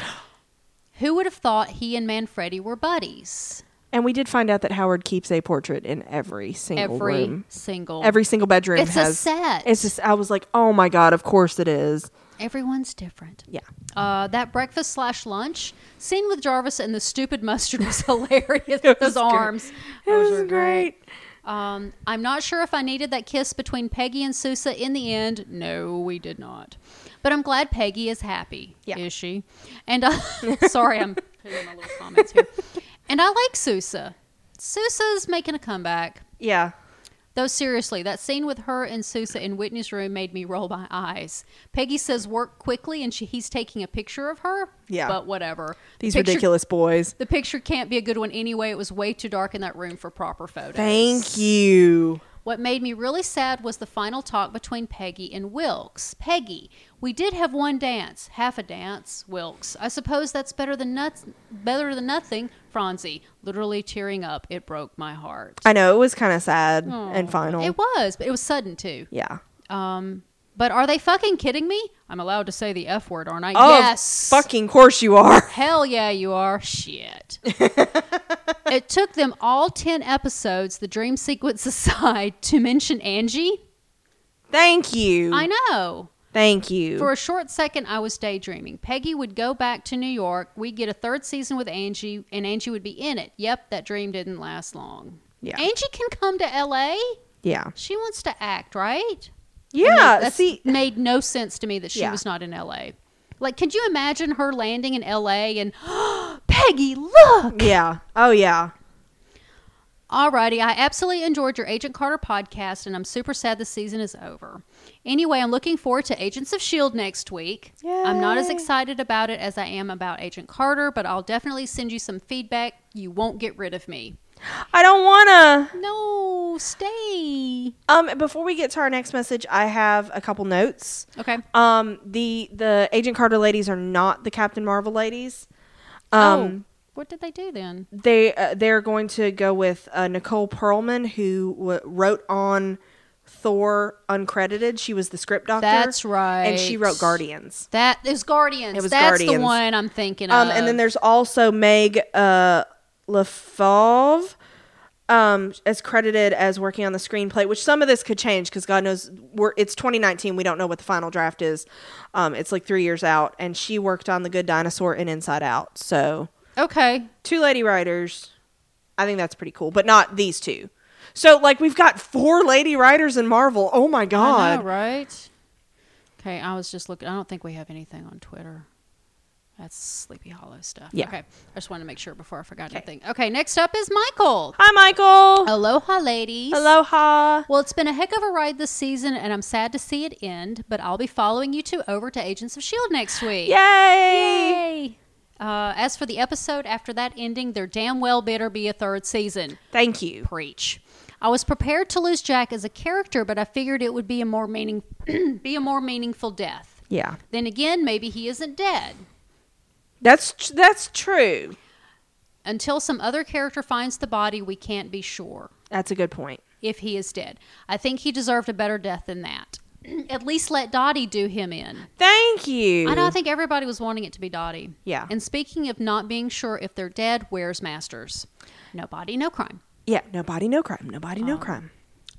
S2: Who would have thought he and Manfredi were buddies?
S1: And we did find out that Howard keeps a portrait in every single
S2: every
S1: room.
S2: single
S1: Every single bedroom
S2: It's a
S1: has
S2: set.
S1: It's just I was like, oh my god, of course it is.
S2: everyone's different
S1: Yeah.
S2: uh, that breakfast slash lunch scene with jarvis and the stupid mustard was hilarious with
S1: was
S2: his
S1: great.
S2: arms
S1: It
S2: Those
S1: was
S2: are
S1: great.
S2: um, i'm not sure if i needed that kiss between peggy and susa in the end no we did not but i'm glad peggy is happy
S1: Yeah.
S2: is she and i sorry i'm putting my little comments here and i like susa susa's making a comeback
S1: Yeah.
S2: Though seriously, that scene with her and Sousa in Whitney's room made me roll my eyes. Peggy says work quickly, and she, he's taking a picture of her.
S1: Yeah.
S2: but whatever.
S1: These
S2: Picture-
S1: ridiculous boys.
S2: The picture can't be a good one anyway. It was way too dark in that room for proper photos.
S1: Thank you.
S2: What made me really sad was the final talk between Peggy and Wilkes. Peggy, we did have one dance, half a dance. Wilkes, I suppose that's better than nuts, better than nothing. Phronsie, literally tearing up. It broke my heart.
S1: I know it was kind of sad and final.
S2: It was, but it was sudden too.
S1: yeah.
S2: Um, but are they fucking kidding me? I'm allowed to say the F word, aren't I?
S1: Oh,
S2: yes.
S1: Fucking course you are.
S2: Hell yeah, you are. Shit. it took them all 10 episodes, the dream sequence aside, to mention Angie.
S1: Thank you.
S2: I know.
S1: Thank you.
S2: For a short second, I was daydreaming. Peggy would go back to New York. We'd get a third season with Angie, and Angie would be in it. Yep, that dream didn't last long.
S1: Yeah.
S2: Angie can come to LA.
S1: yeah.
S2: She wants to act, right?
S1: Yeah.
S2: That
S1: see,
S2: made no sense to me that she
S1: Yeah.
S2: was not in LA. Like, could you imagine her landing in LA and Peggy, look?
S1: yeah. Oh yeah.
S2: Alrighty, I absolutely enjoyed your Agent Carter podcast, and I'm super sad the season is over. Anyway, I'm looking forward to Agents of S.H.I.E.L.D. E next week. I'm not as
S1: Yay.
S2: excited about it as I am about Agent Carter, but I'll definitely send you some feedback. You won't get rid of me.
S1: I don't wanna.
S2: No, stay.
S1: Um, before we get to our next message, I have a couple notes.
S2: Okay.
S1: Um, the the Agent Carter ladies are not the Captain Marvel ladies. Um,
S2: oh, what did they do then?
S1: they uh, they're going to go with uh, Nicole Perlman, who w- wrote on Thor uncredited. She was the script doctor.
S2: That's right.
S1: and she wrote Guardians.
S2: That is Guardians.
S1: It was
S2: That's the
S1: Guardians.
S2: one I'm thinking
S1: Um,
S2: of.
S1: and then there's also Meg uh, Lefauve, um, as credited as working on the screenplay. Which some of this could change because God knows we're it's 2019. We don't know what the final draft is. Um, it's like three years out, and she worked on The Good Dinosaur and Inside Out. So
S2: okay.
S1: two lady writers. I think that's pretty cool, but not these two. So like we've got four lady writers in Marvel. Oh my
S2: I
S1: god.
S2: know, right? Okay, I was just looking. I don't think we have anything on Twitter. That's Sleepy Hollow stuff.
S1: Yeah.
S2: Okay. I just wanted to make sure before I forgot
S1: Okay.
S2: anything. Okay. Next up is Michael.
S1: Hi, Michael.
S2: Aloha, ladies.
S1: Aloha.
S2: Well, it's been a heck of a ride this season, and I'm sad to see it end. But I'll be following you two over to Agents of Shield E next week.
S1: Yay.
S2: Yay! Uh, as for the episode after that ending, there damn well better be a third season.
S1: Thank you.
S2: Preach. I was prepared to lose Jack as a character, but I figured it would be a more meaning be a more meaningful death.
S1: Yeah.
S2: Then again, maybe he isn't dead.
S1: That's tr- that's true.
S2: Until some other character finds the body, we can't be sure
S1: That's a good point.
S2: if he is dead. I think he deserved a better death than that. At least let Dottie do him in.
S1: Thank you.
S2: I know I think everybody was wanting it to be Dottie.
S1: Mm-hmm. Yeah.
S2: And speaking of not being sure if they're dead, where's Masters? No body, no crime.
S1: yeah. No body, no crime. No body,
S2: Oh.
S1: no crime.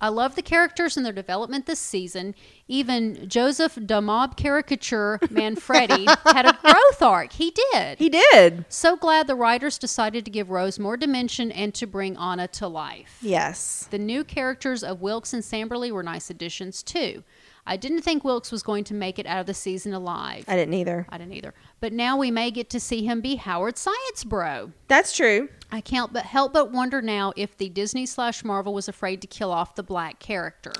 S2: I love the characters and their development this season. Even Joseph Da Mob caricature Manfredi had a growth arc. He did.
S1: He did.
S2: so glad the writers decided to give Rose more dimension and to bring Anna to life.
S1: Yes.
S2: The new characters of Wilkes and Samberley were nice additions too. I didn't think Wilkes was going to make it out of the season alive.
S1: I didn't either.
S2: I didn't either. But now we may get to see him be Howard Science Bro.
S1: That's true.
S2: I can't but help but wonder now if the Disney slash Marvel was afraid to kill off the black character.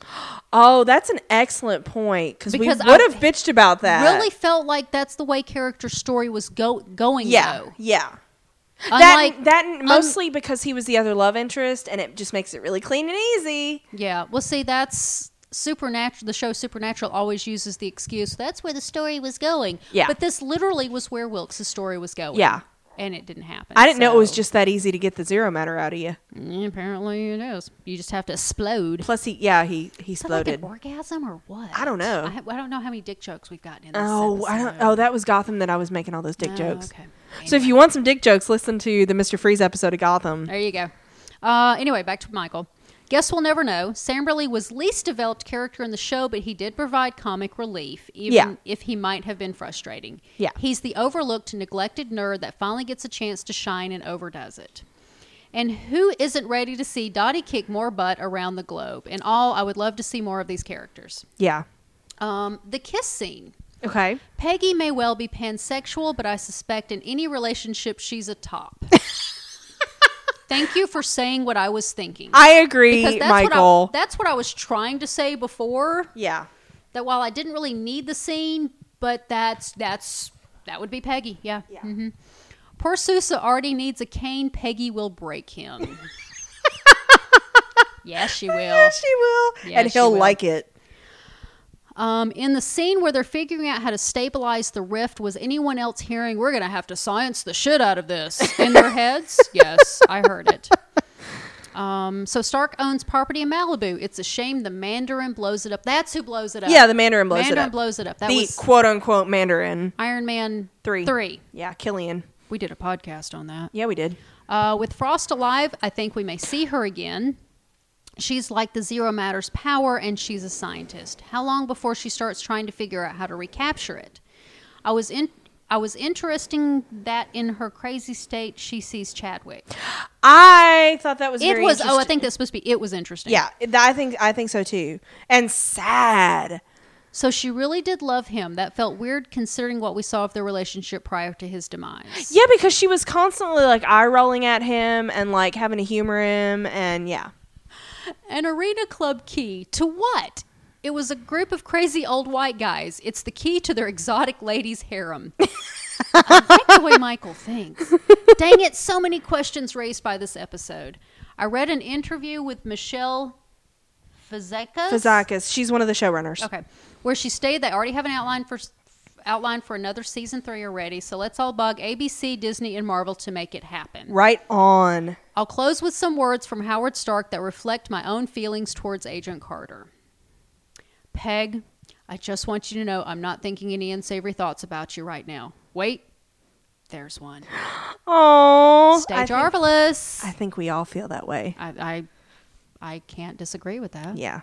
S1: Oh, that's an excellent point because we would
S2: Because I-
S1: have bitched about that.
S2: Really felt like that's the way character story was go- going
S1: Yeah.
S2: though.
S1: Yeah.
S2: Unlike
S1: that that mostly because he was the other love interest, and it just makes it really clean and easy.
S2: yeah, well see that's Supernatural the show Supernatural always uses the excuse that's where the story was going.
S1: Yeah.
S2: But this literally was where Wilkes' story was going.
S1: Yeah.
S2: And it didn't happen.
S1: I didn't know it was
S2: Oh, so-
S1: just that easy to get the zero matter out of you.
S2: Mm, apparently it is. You just have to explode.
S1: Plus, he yeah he he
S2: Is that like an
S1: exploded.
S2: orgasm or what?
S1: I don't know.
S2: I, ha- I don't know how many dick jokes we've gotten in this.
S1: Oh, I don't.
S2: episode.
S1: Oh, that was Gotham that I was making all those dick
S2: Oh,
S1: jokes.
S2: okay.
S1: So if you want some dick jokes, listen to the Mister Freeze episode of Gotham.
S2: There you go. Uh, anyway, back to Michael. Guess we'll never know. Samberley was least developed character in the show, but he did provide comic relief, even
S1: Yeah.
S2: if he might have been frustrating.
S1: Yeah.
S2: He's the overlooked, neglected nerd that finally gets a chance to shine and overdoes it. And who isn't ready to see Dottie kick more butt around the globe? In all, I would love to see more of these characters.
S1: Yeah.
S2: Um, the kiss scene.
S1: Okay.
S2: Peggy may well be pansexual, but I suspect in any relationship she's a top. Thank you for saying what I was thinking.
S1: I agree, Michael.
S2: What I, that's what I was trying to say before.
S1: yeah.
S2: That while I didn't really need the scene, but that's that's that would be Peggy. Yeah.
S1: Yeah.
S2: hmm Poor Sousa already needs a cane. Peggy will break him. yes, she will.
S1: Yeah, she will,
S2: Yeah,
S1: and
S2: she
S1: he'll
S2: will.
S1: like it.
S2: Um, in the scene where they're figuring out how to stabilize the rift, was anyone else hearing, we're going to have to science the shit out of this in their heads? yes, I heard it. Um, so Stark owns property in Malibu. It's a shame the Mandarin blows it up. That's who blows it up.
S1: Yeah, the Mandarin blows
S2: Mandarin
S1: it up.
S2: blows it up. That
S1: the
S2: was
S1: quote unquote Mandarin
S2: Iron Man
S1: three.
S2: 3.
S1: Yeah, Killian.
S2: We did a podcast on that.
S1: Yeah, we did.
S2: Uh, with Frost alive, I think we may see her again. She's like the Zero Matters power, and she's a scientist. How long before she starts trying to figure out how to recapture it? I was in. I was interesting that in her crazy state she sees Chadwick.
S1: I thought that was
S2: It
S1: very
S2: was oh, I
S1: interesting.
S2: think that's supposed to be it was interesting.
S1: yeah, th- I think I think so too. And sad.
S2: So she really did love him. That felt weird considering what we saw of their relationship prior to his demise.
S1: Yeah, because she was constantly like eye rolling at him and like having to humor him, and yeah,
S2: An arena club key to what? It was a group of crazy old white guys. It's the key to their exotic ladies' harem. I like the way Michael thinks. Dang it, so many questions raised by this episode. I read an interview with Michelle Fazekas.
S1: Fazakis. She's one of the showrunners.
S2: Okay, where she stated they already have an outline for outline for another season three already. So let's all bug ABC, Disney, and Marvel to make it happen.
S1: Right on.
S2: I'll close with some words from Howard Stark that reflect my own feelings towards Agent Carter. Peg, I just want you to know I'm not thinking any unsavory thoughts about you right now. Wait, there's one.
S1: Oh,
S2: Stay
S1: I, think,
S2: Jarvelous.
S1: I think we all feel that way.
S2: I, I, I can't disagree with that.
S1: Yeah.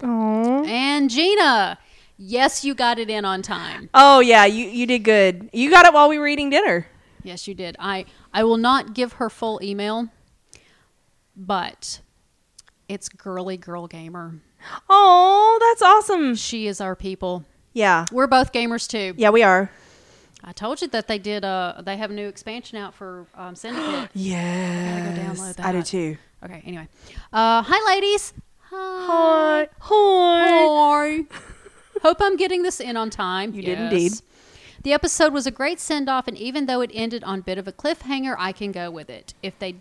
S1: Oh.
S2: And Gina, yes, you got it in on time.
S1: Oh yeah, you you did good. You got it while we were eating dinner.
S2: Yes, you did. I I will not give her full email, but it's girly girl gamer.
S1: Oh, that's awesome.
S2: She is our people.
S1: Yeah.
S2: We're both gamers too.
S1: Yeah, we are.
S2: I told you that they did. Uh, they have a new expansion out for um, Syndicate.
S1: Yes.
S2: download
S1: I do
S2: that.
S1: too.
S2: okay. Anyway, uh, hi ladies. Hi.
S1: Hi. Hi.
S2: Hi. Hope I'm getting this in on time.
S1: You did indeed.
S2: The episode was a great send off, and even though it ended on a bit of a cliffhanger, I can go with it. If they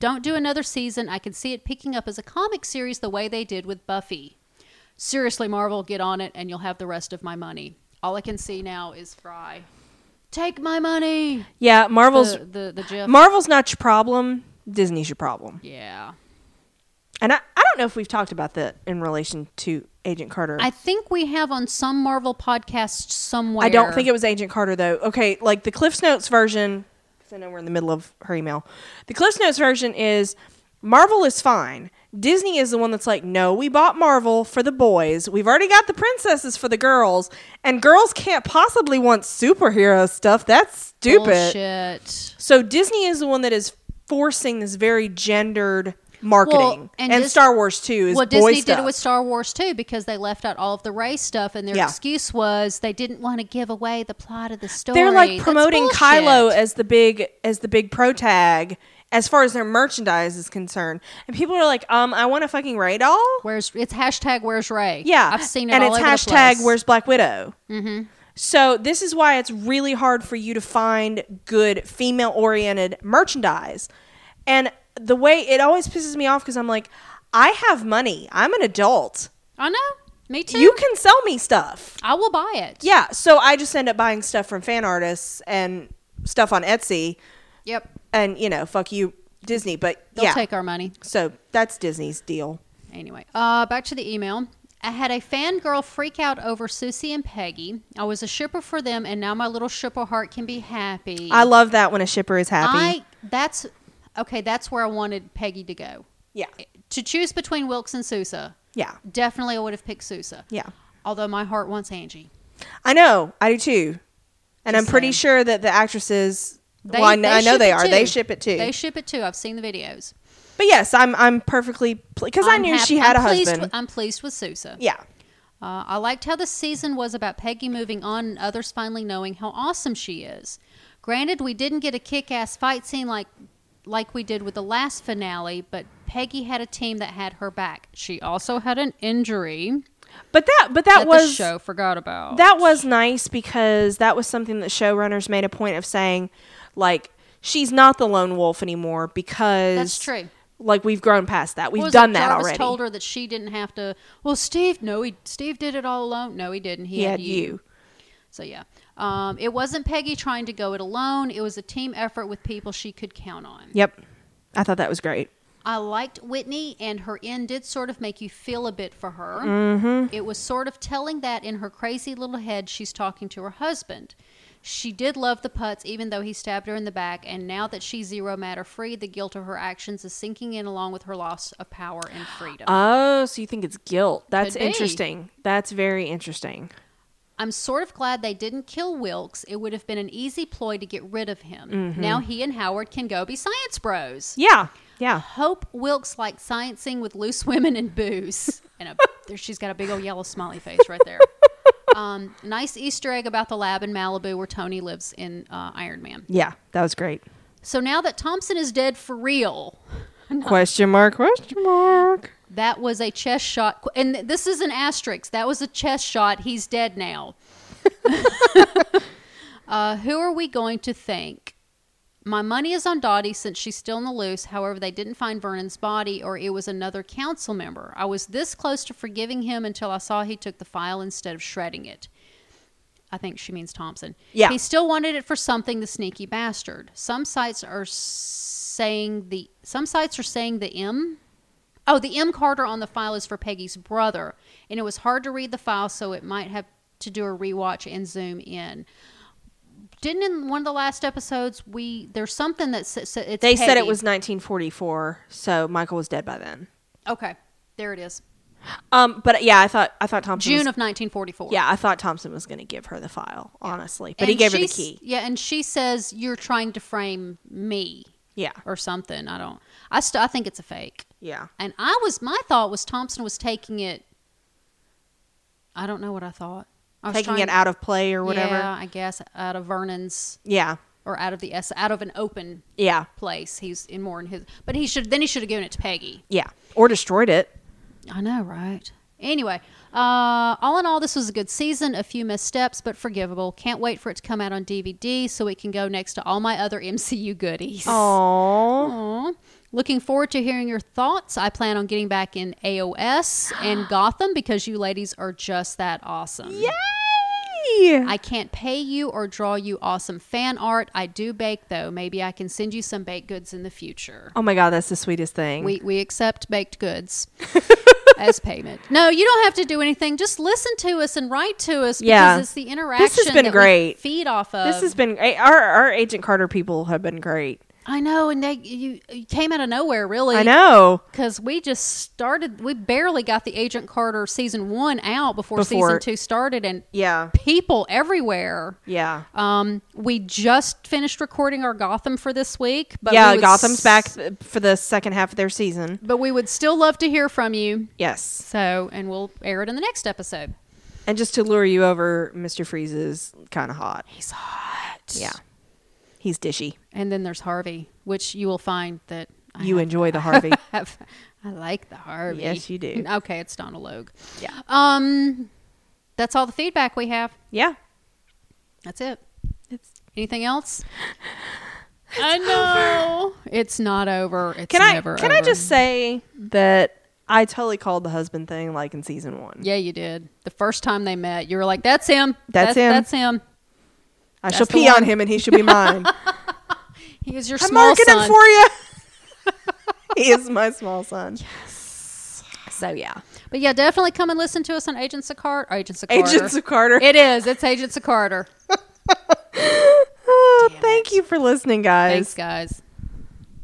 S2: don't do another season, I can see it picking up as a comic series the way they did with Buffy. Seriously, Marvel, get on it, and you'll have the rest of my money. All I can see now is Fry. Take my money.
S1: Yeah, Marvel's
S2: The the, the gif.
S1: Marvel's not your problem. Disney's your problem.
S2: yeah.
S1: And I, I don't know if we've talked about that in relation to Agent Carter.
S2: I think we have on some Marvel podcast somewhere.
S1: I don't think it was Agent Carter though. Okay, like the Cliff's Notes version, because I know we're in the middle of her email. The Cliff's Notes version is Marvel is fine. Disney is the one that's like, no, we bought Marvel for the boys. We've already got the princesses for the girls, and girls can't possibly want superhero stuff. That's stupid.
S2: bullshit.
S1: So Disney is the one that is forcing this very gendered marketing, and,
S2: and Dis-
S1: Star Wars too is
S2: well,
S1: boy
S2: Disney
S1: stuff.
S2: did it with Star Wars too because they left out all of the race stuff, and their
S1: Yeah.
S2: excuse was they didn't want to give away the plot of the story.
S1: They're like
S2: That's
S1: promoting
S2: bullshit.
S1: Kylo as the big as the big pro tag as far as their merchandise is concerned. And people are like, um, I want a fucking radar.
S2: Where's it's hashtag Where's Ray?
S1: Yeah,
S2: I've seen it.
S1: and
S2: all
S1: it's
S2: over the
S1: hashtag
S2: place.
S1: Where's Black Widow. Mm-hmm. So this is why it's really hard for you to find good female oriented merchandise. And the way it always pisses me off because I'm like, I have money. I'm an adult.
S2: I know. Me too.
S1: You can sell me stuff.
S2: I will buy it.
S1: Yeah, so I just end up buying stuff from fan artists and stuff on Etsy,
S2: Yep.
S1: and you know, fuck you, Disney. But
S2: They'll
S1: yeah,
S2: take our money.
S1: so that's Disney's deal.
S2: Anyway, uh, back to the email. I had a fangirl freak out over Susie and Peggy. I was a shipper for them, and now my little shipper heart can be happy.
S1: I love that when a shipper is happy.
S2: I that's okay. That's where I wanted Peggy to go.
S1: yeah,
S2: to choose between Wilkes and Sousa,
S1: yeah,
S2: definitely I would have picked Sousa.
S1: yeah.
S2: Although my heart wants Angie.
S1: I know, I do too, and I'm
S2: Just
S1: pretty
S2: saying.
S1: sure that the actresses. well, I know, I know
S2: ship
S1: they
S2: it
S1: are.
S2: too.
S1: They ship it too.
S2: They ship it too. I've seen the videos.
S1: but yes, I'm I'm perfectly because I
S2: I'm
S1: knew
S2: hap-
S1: she had
S2: I'm
S1: a
S2: pleased
S1: husband.
S2: with- I'm pleased with Sousa.
S1: yeah,
S2: Uh, I liked how the season was about Peggy moving on and others finally knowing how awesome she is. Granted, we didn't get a kick-ass fight scene like like we did with the last finale, but Peggy had a team that had her back. She also had an injury
S1: but that but that,
S2: that the
S1: was
S2: show forgot about.
S1: that was nice because that was something that showrunners made a point of saying like she's not the lone wolf anymore because
S2: That's true.
S1: like we've grown past that
S2: What
S1: we've
S2: was
S1: done
S2: it?
S1: that
S2: Jarvis
S1: already
S2: Told her that she didn't have to. Well, Steve, no, he Steve did it all alone. No, he didn't. He,
S1: he
S2: had,
S1: had
S2: you.
S1: you
S2: So yeah, um, it wasn't Peggy trying to go it alone. It was a team effort with people she could count on.
S1: yep i thought that was great
S2: I liked Whitney, and her end did sort of make you feel a bit for her. It was sort of telling that in her crazy little head, she's talking to her husband. She did love the putts, even though he stabbed her in the back, and now that she's zero matter free, the guilt of her actions is sinking in along with her loss of power and freedom.
S1: oh so you think it's guilt that's
S2: Could be.
S1: interesting that's very interesting
S2: I'm sort of glad they didn't kill Wilkes. It would have been an easy ploy to get rid of him. Now he and Howard can go be science bros.
S1: yeah yeah
S2: Hope Wilkes likes sciencing with loose women and booze. And a, there, she's got a big old yellow smiley face right there. Um, nice Easter egg about the lab in Malibu where Tony lives in uh, Iron Man.
S1: yeah that was great
S2: So now that Thompson is dead for real,
S1: question mark question mark
S2: That was a chest shot. And th- this is an asterisk. That was a chest shot. He's dead now. uh, who are we going to thank? My money is on Dottie since she's still in the loose. However, they didn't find Vernon's body or it was another council member. I was this close to forgiving him until I saw he took the file instead of shredding it. I think she means Thompson.
S1: Yeah.
S2: He still wanted it for something, the sneaky bastard. Some sites are saying the some sites are saying the M. Oh, the M Carter on the file is for Peggy's brother, and it was hard to read the file, so it might have to do a rewatch and zoom in. Didn't in one of the last episodes we there's something that s- s- it's
S1: they said it
S2: Peggy.
S1: was 1944 so michael was dead by then
S2: okay. There it is,
S1: um but yeah i thought i thought thompson
S2: June
S1: was
S2: of 1944.
S1: Yeah, I thought Thompson was going to give her the file, honestly, but
S2: And
S1: he gave her the
S2: she's-
S1: key.
S2: Yeah, and she says you're trying to frame me
S1: Yeah,
S2: or something. I don't. I st- I think it's a fake.
S1: yeah.
S2: And I was my thought was Thompson was taking it. I don't know what I thought. I was
S1: taking
S2: trying-
S1: it out of play or whatever.
S2: Yeah, I guess out of Vernon's
S1: yeah.
S2: or out of the S out of an open
S1: Yeah.
S2: place. He's in more in his, but he should then he should have given it to Peggy.
S1: Yeah. Or destroyed it.
S2: I know, right? Anyway, uh, all in all, this was a good season. A few missteps, but forgivable. Can't wait for it to come out on DVD so it can go next to all my other MCU goodies.
S1: Oh.
S2: Aw. Looking forward to hearing your thoughts. I plan on getting back in AOS and Gotham because you ladies are just that awesome. Yeah.
S1: Yeah.
S2: I can't pay you or draw you awesome fan art. I do bake though. Maybe I can send you some baked goods in the future.
S1: Oh my god, that's the sweetest thing.
S2: We we accept baked goods as payment. No, you don't have to do anything. Just listen to us and write to us because
S1: Yeah.
S2: it's the interaction
S1: has been
S2: that we
S1: great.
S2: feed off of.
S1: this has been eh, our our Agent Carter people have been great.
S2: I know, and they you, you came out of nowhere really.
S1: I know.
S2: Because we just started, we barely got the Agent Carter season one out before,
S1: Before-
S2: season two started, and
S1: Yeah.
S2: people everywhere.
S1: Yeah.
S2: Um, we just finished recording our Gotham for this week, but
S1: yeah,
S2: we would
S1: Gotham's
S2: s-
S1: back th- for the second half of their season.
S2: But we would still love to hear from you.
S1: Yes.
S2: So, and we'll air it in the next episode.
S1: And just to lure you over, Mr. Freeze is kind of hot.
S2: He's hot.
S1: Yeah. He's dishy.
S2: And then there's Harvey, which you will find that I
S1: You enjoy the Harvey.
S2: have. I like the Harvey.
S1: Yes, you do.
S2: Okay, it's Donna Logue.
S1: Yeah.
S2: Um, that's all the feedback we have.
S1: yeah.
S2: That's it. It's anything else? I know it's not over. It's
S1: Can I
S2: never
S1: can I
S2: over.
S1: just say that I totally called the husband thing like in season 1.
S2: Yeah, you did. The first time they met, you were like, "That's him.
S1: That's him.
S2: That's him.
S1: I
S2: That's
S1: shall
S2: the
S1: pee
S2: one.
S1: on him and he shall be mine.
S2: He is your
S1: I'm
S2: small
S1: marking
S2: son."
S1: him for you. he is my small son. So yeah,
S2: but yeah, definitely come and listen to us on Agents of Carter. Agents of Carter.
S1: Agents of Carter.
S2: It is. It's Agents of Carter.
S1: Oh,
S2: Damn
S1: thank
S2: it.
S1: Oh, you for listening, guys.
S2: Thanks, guys.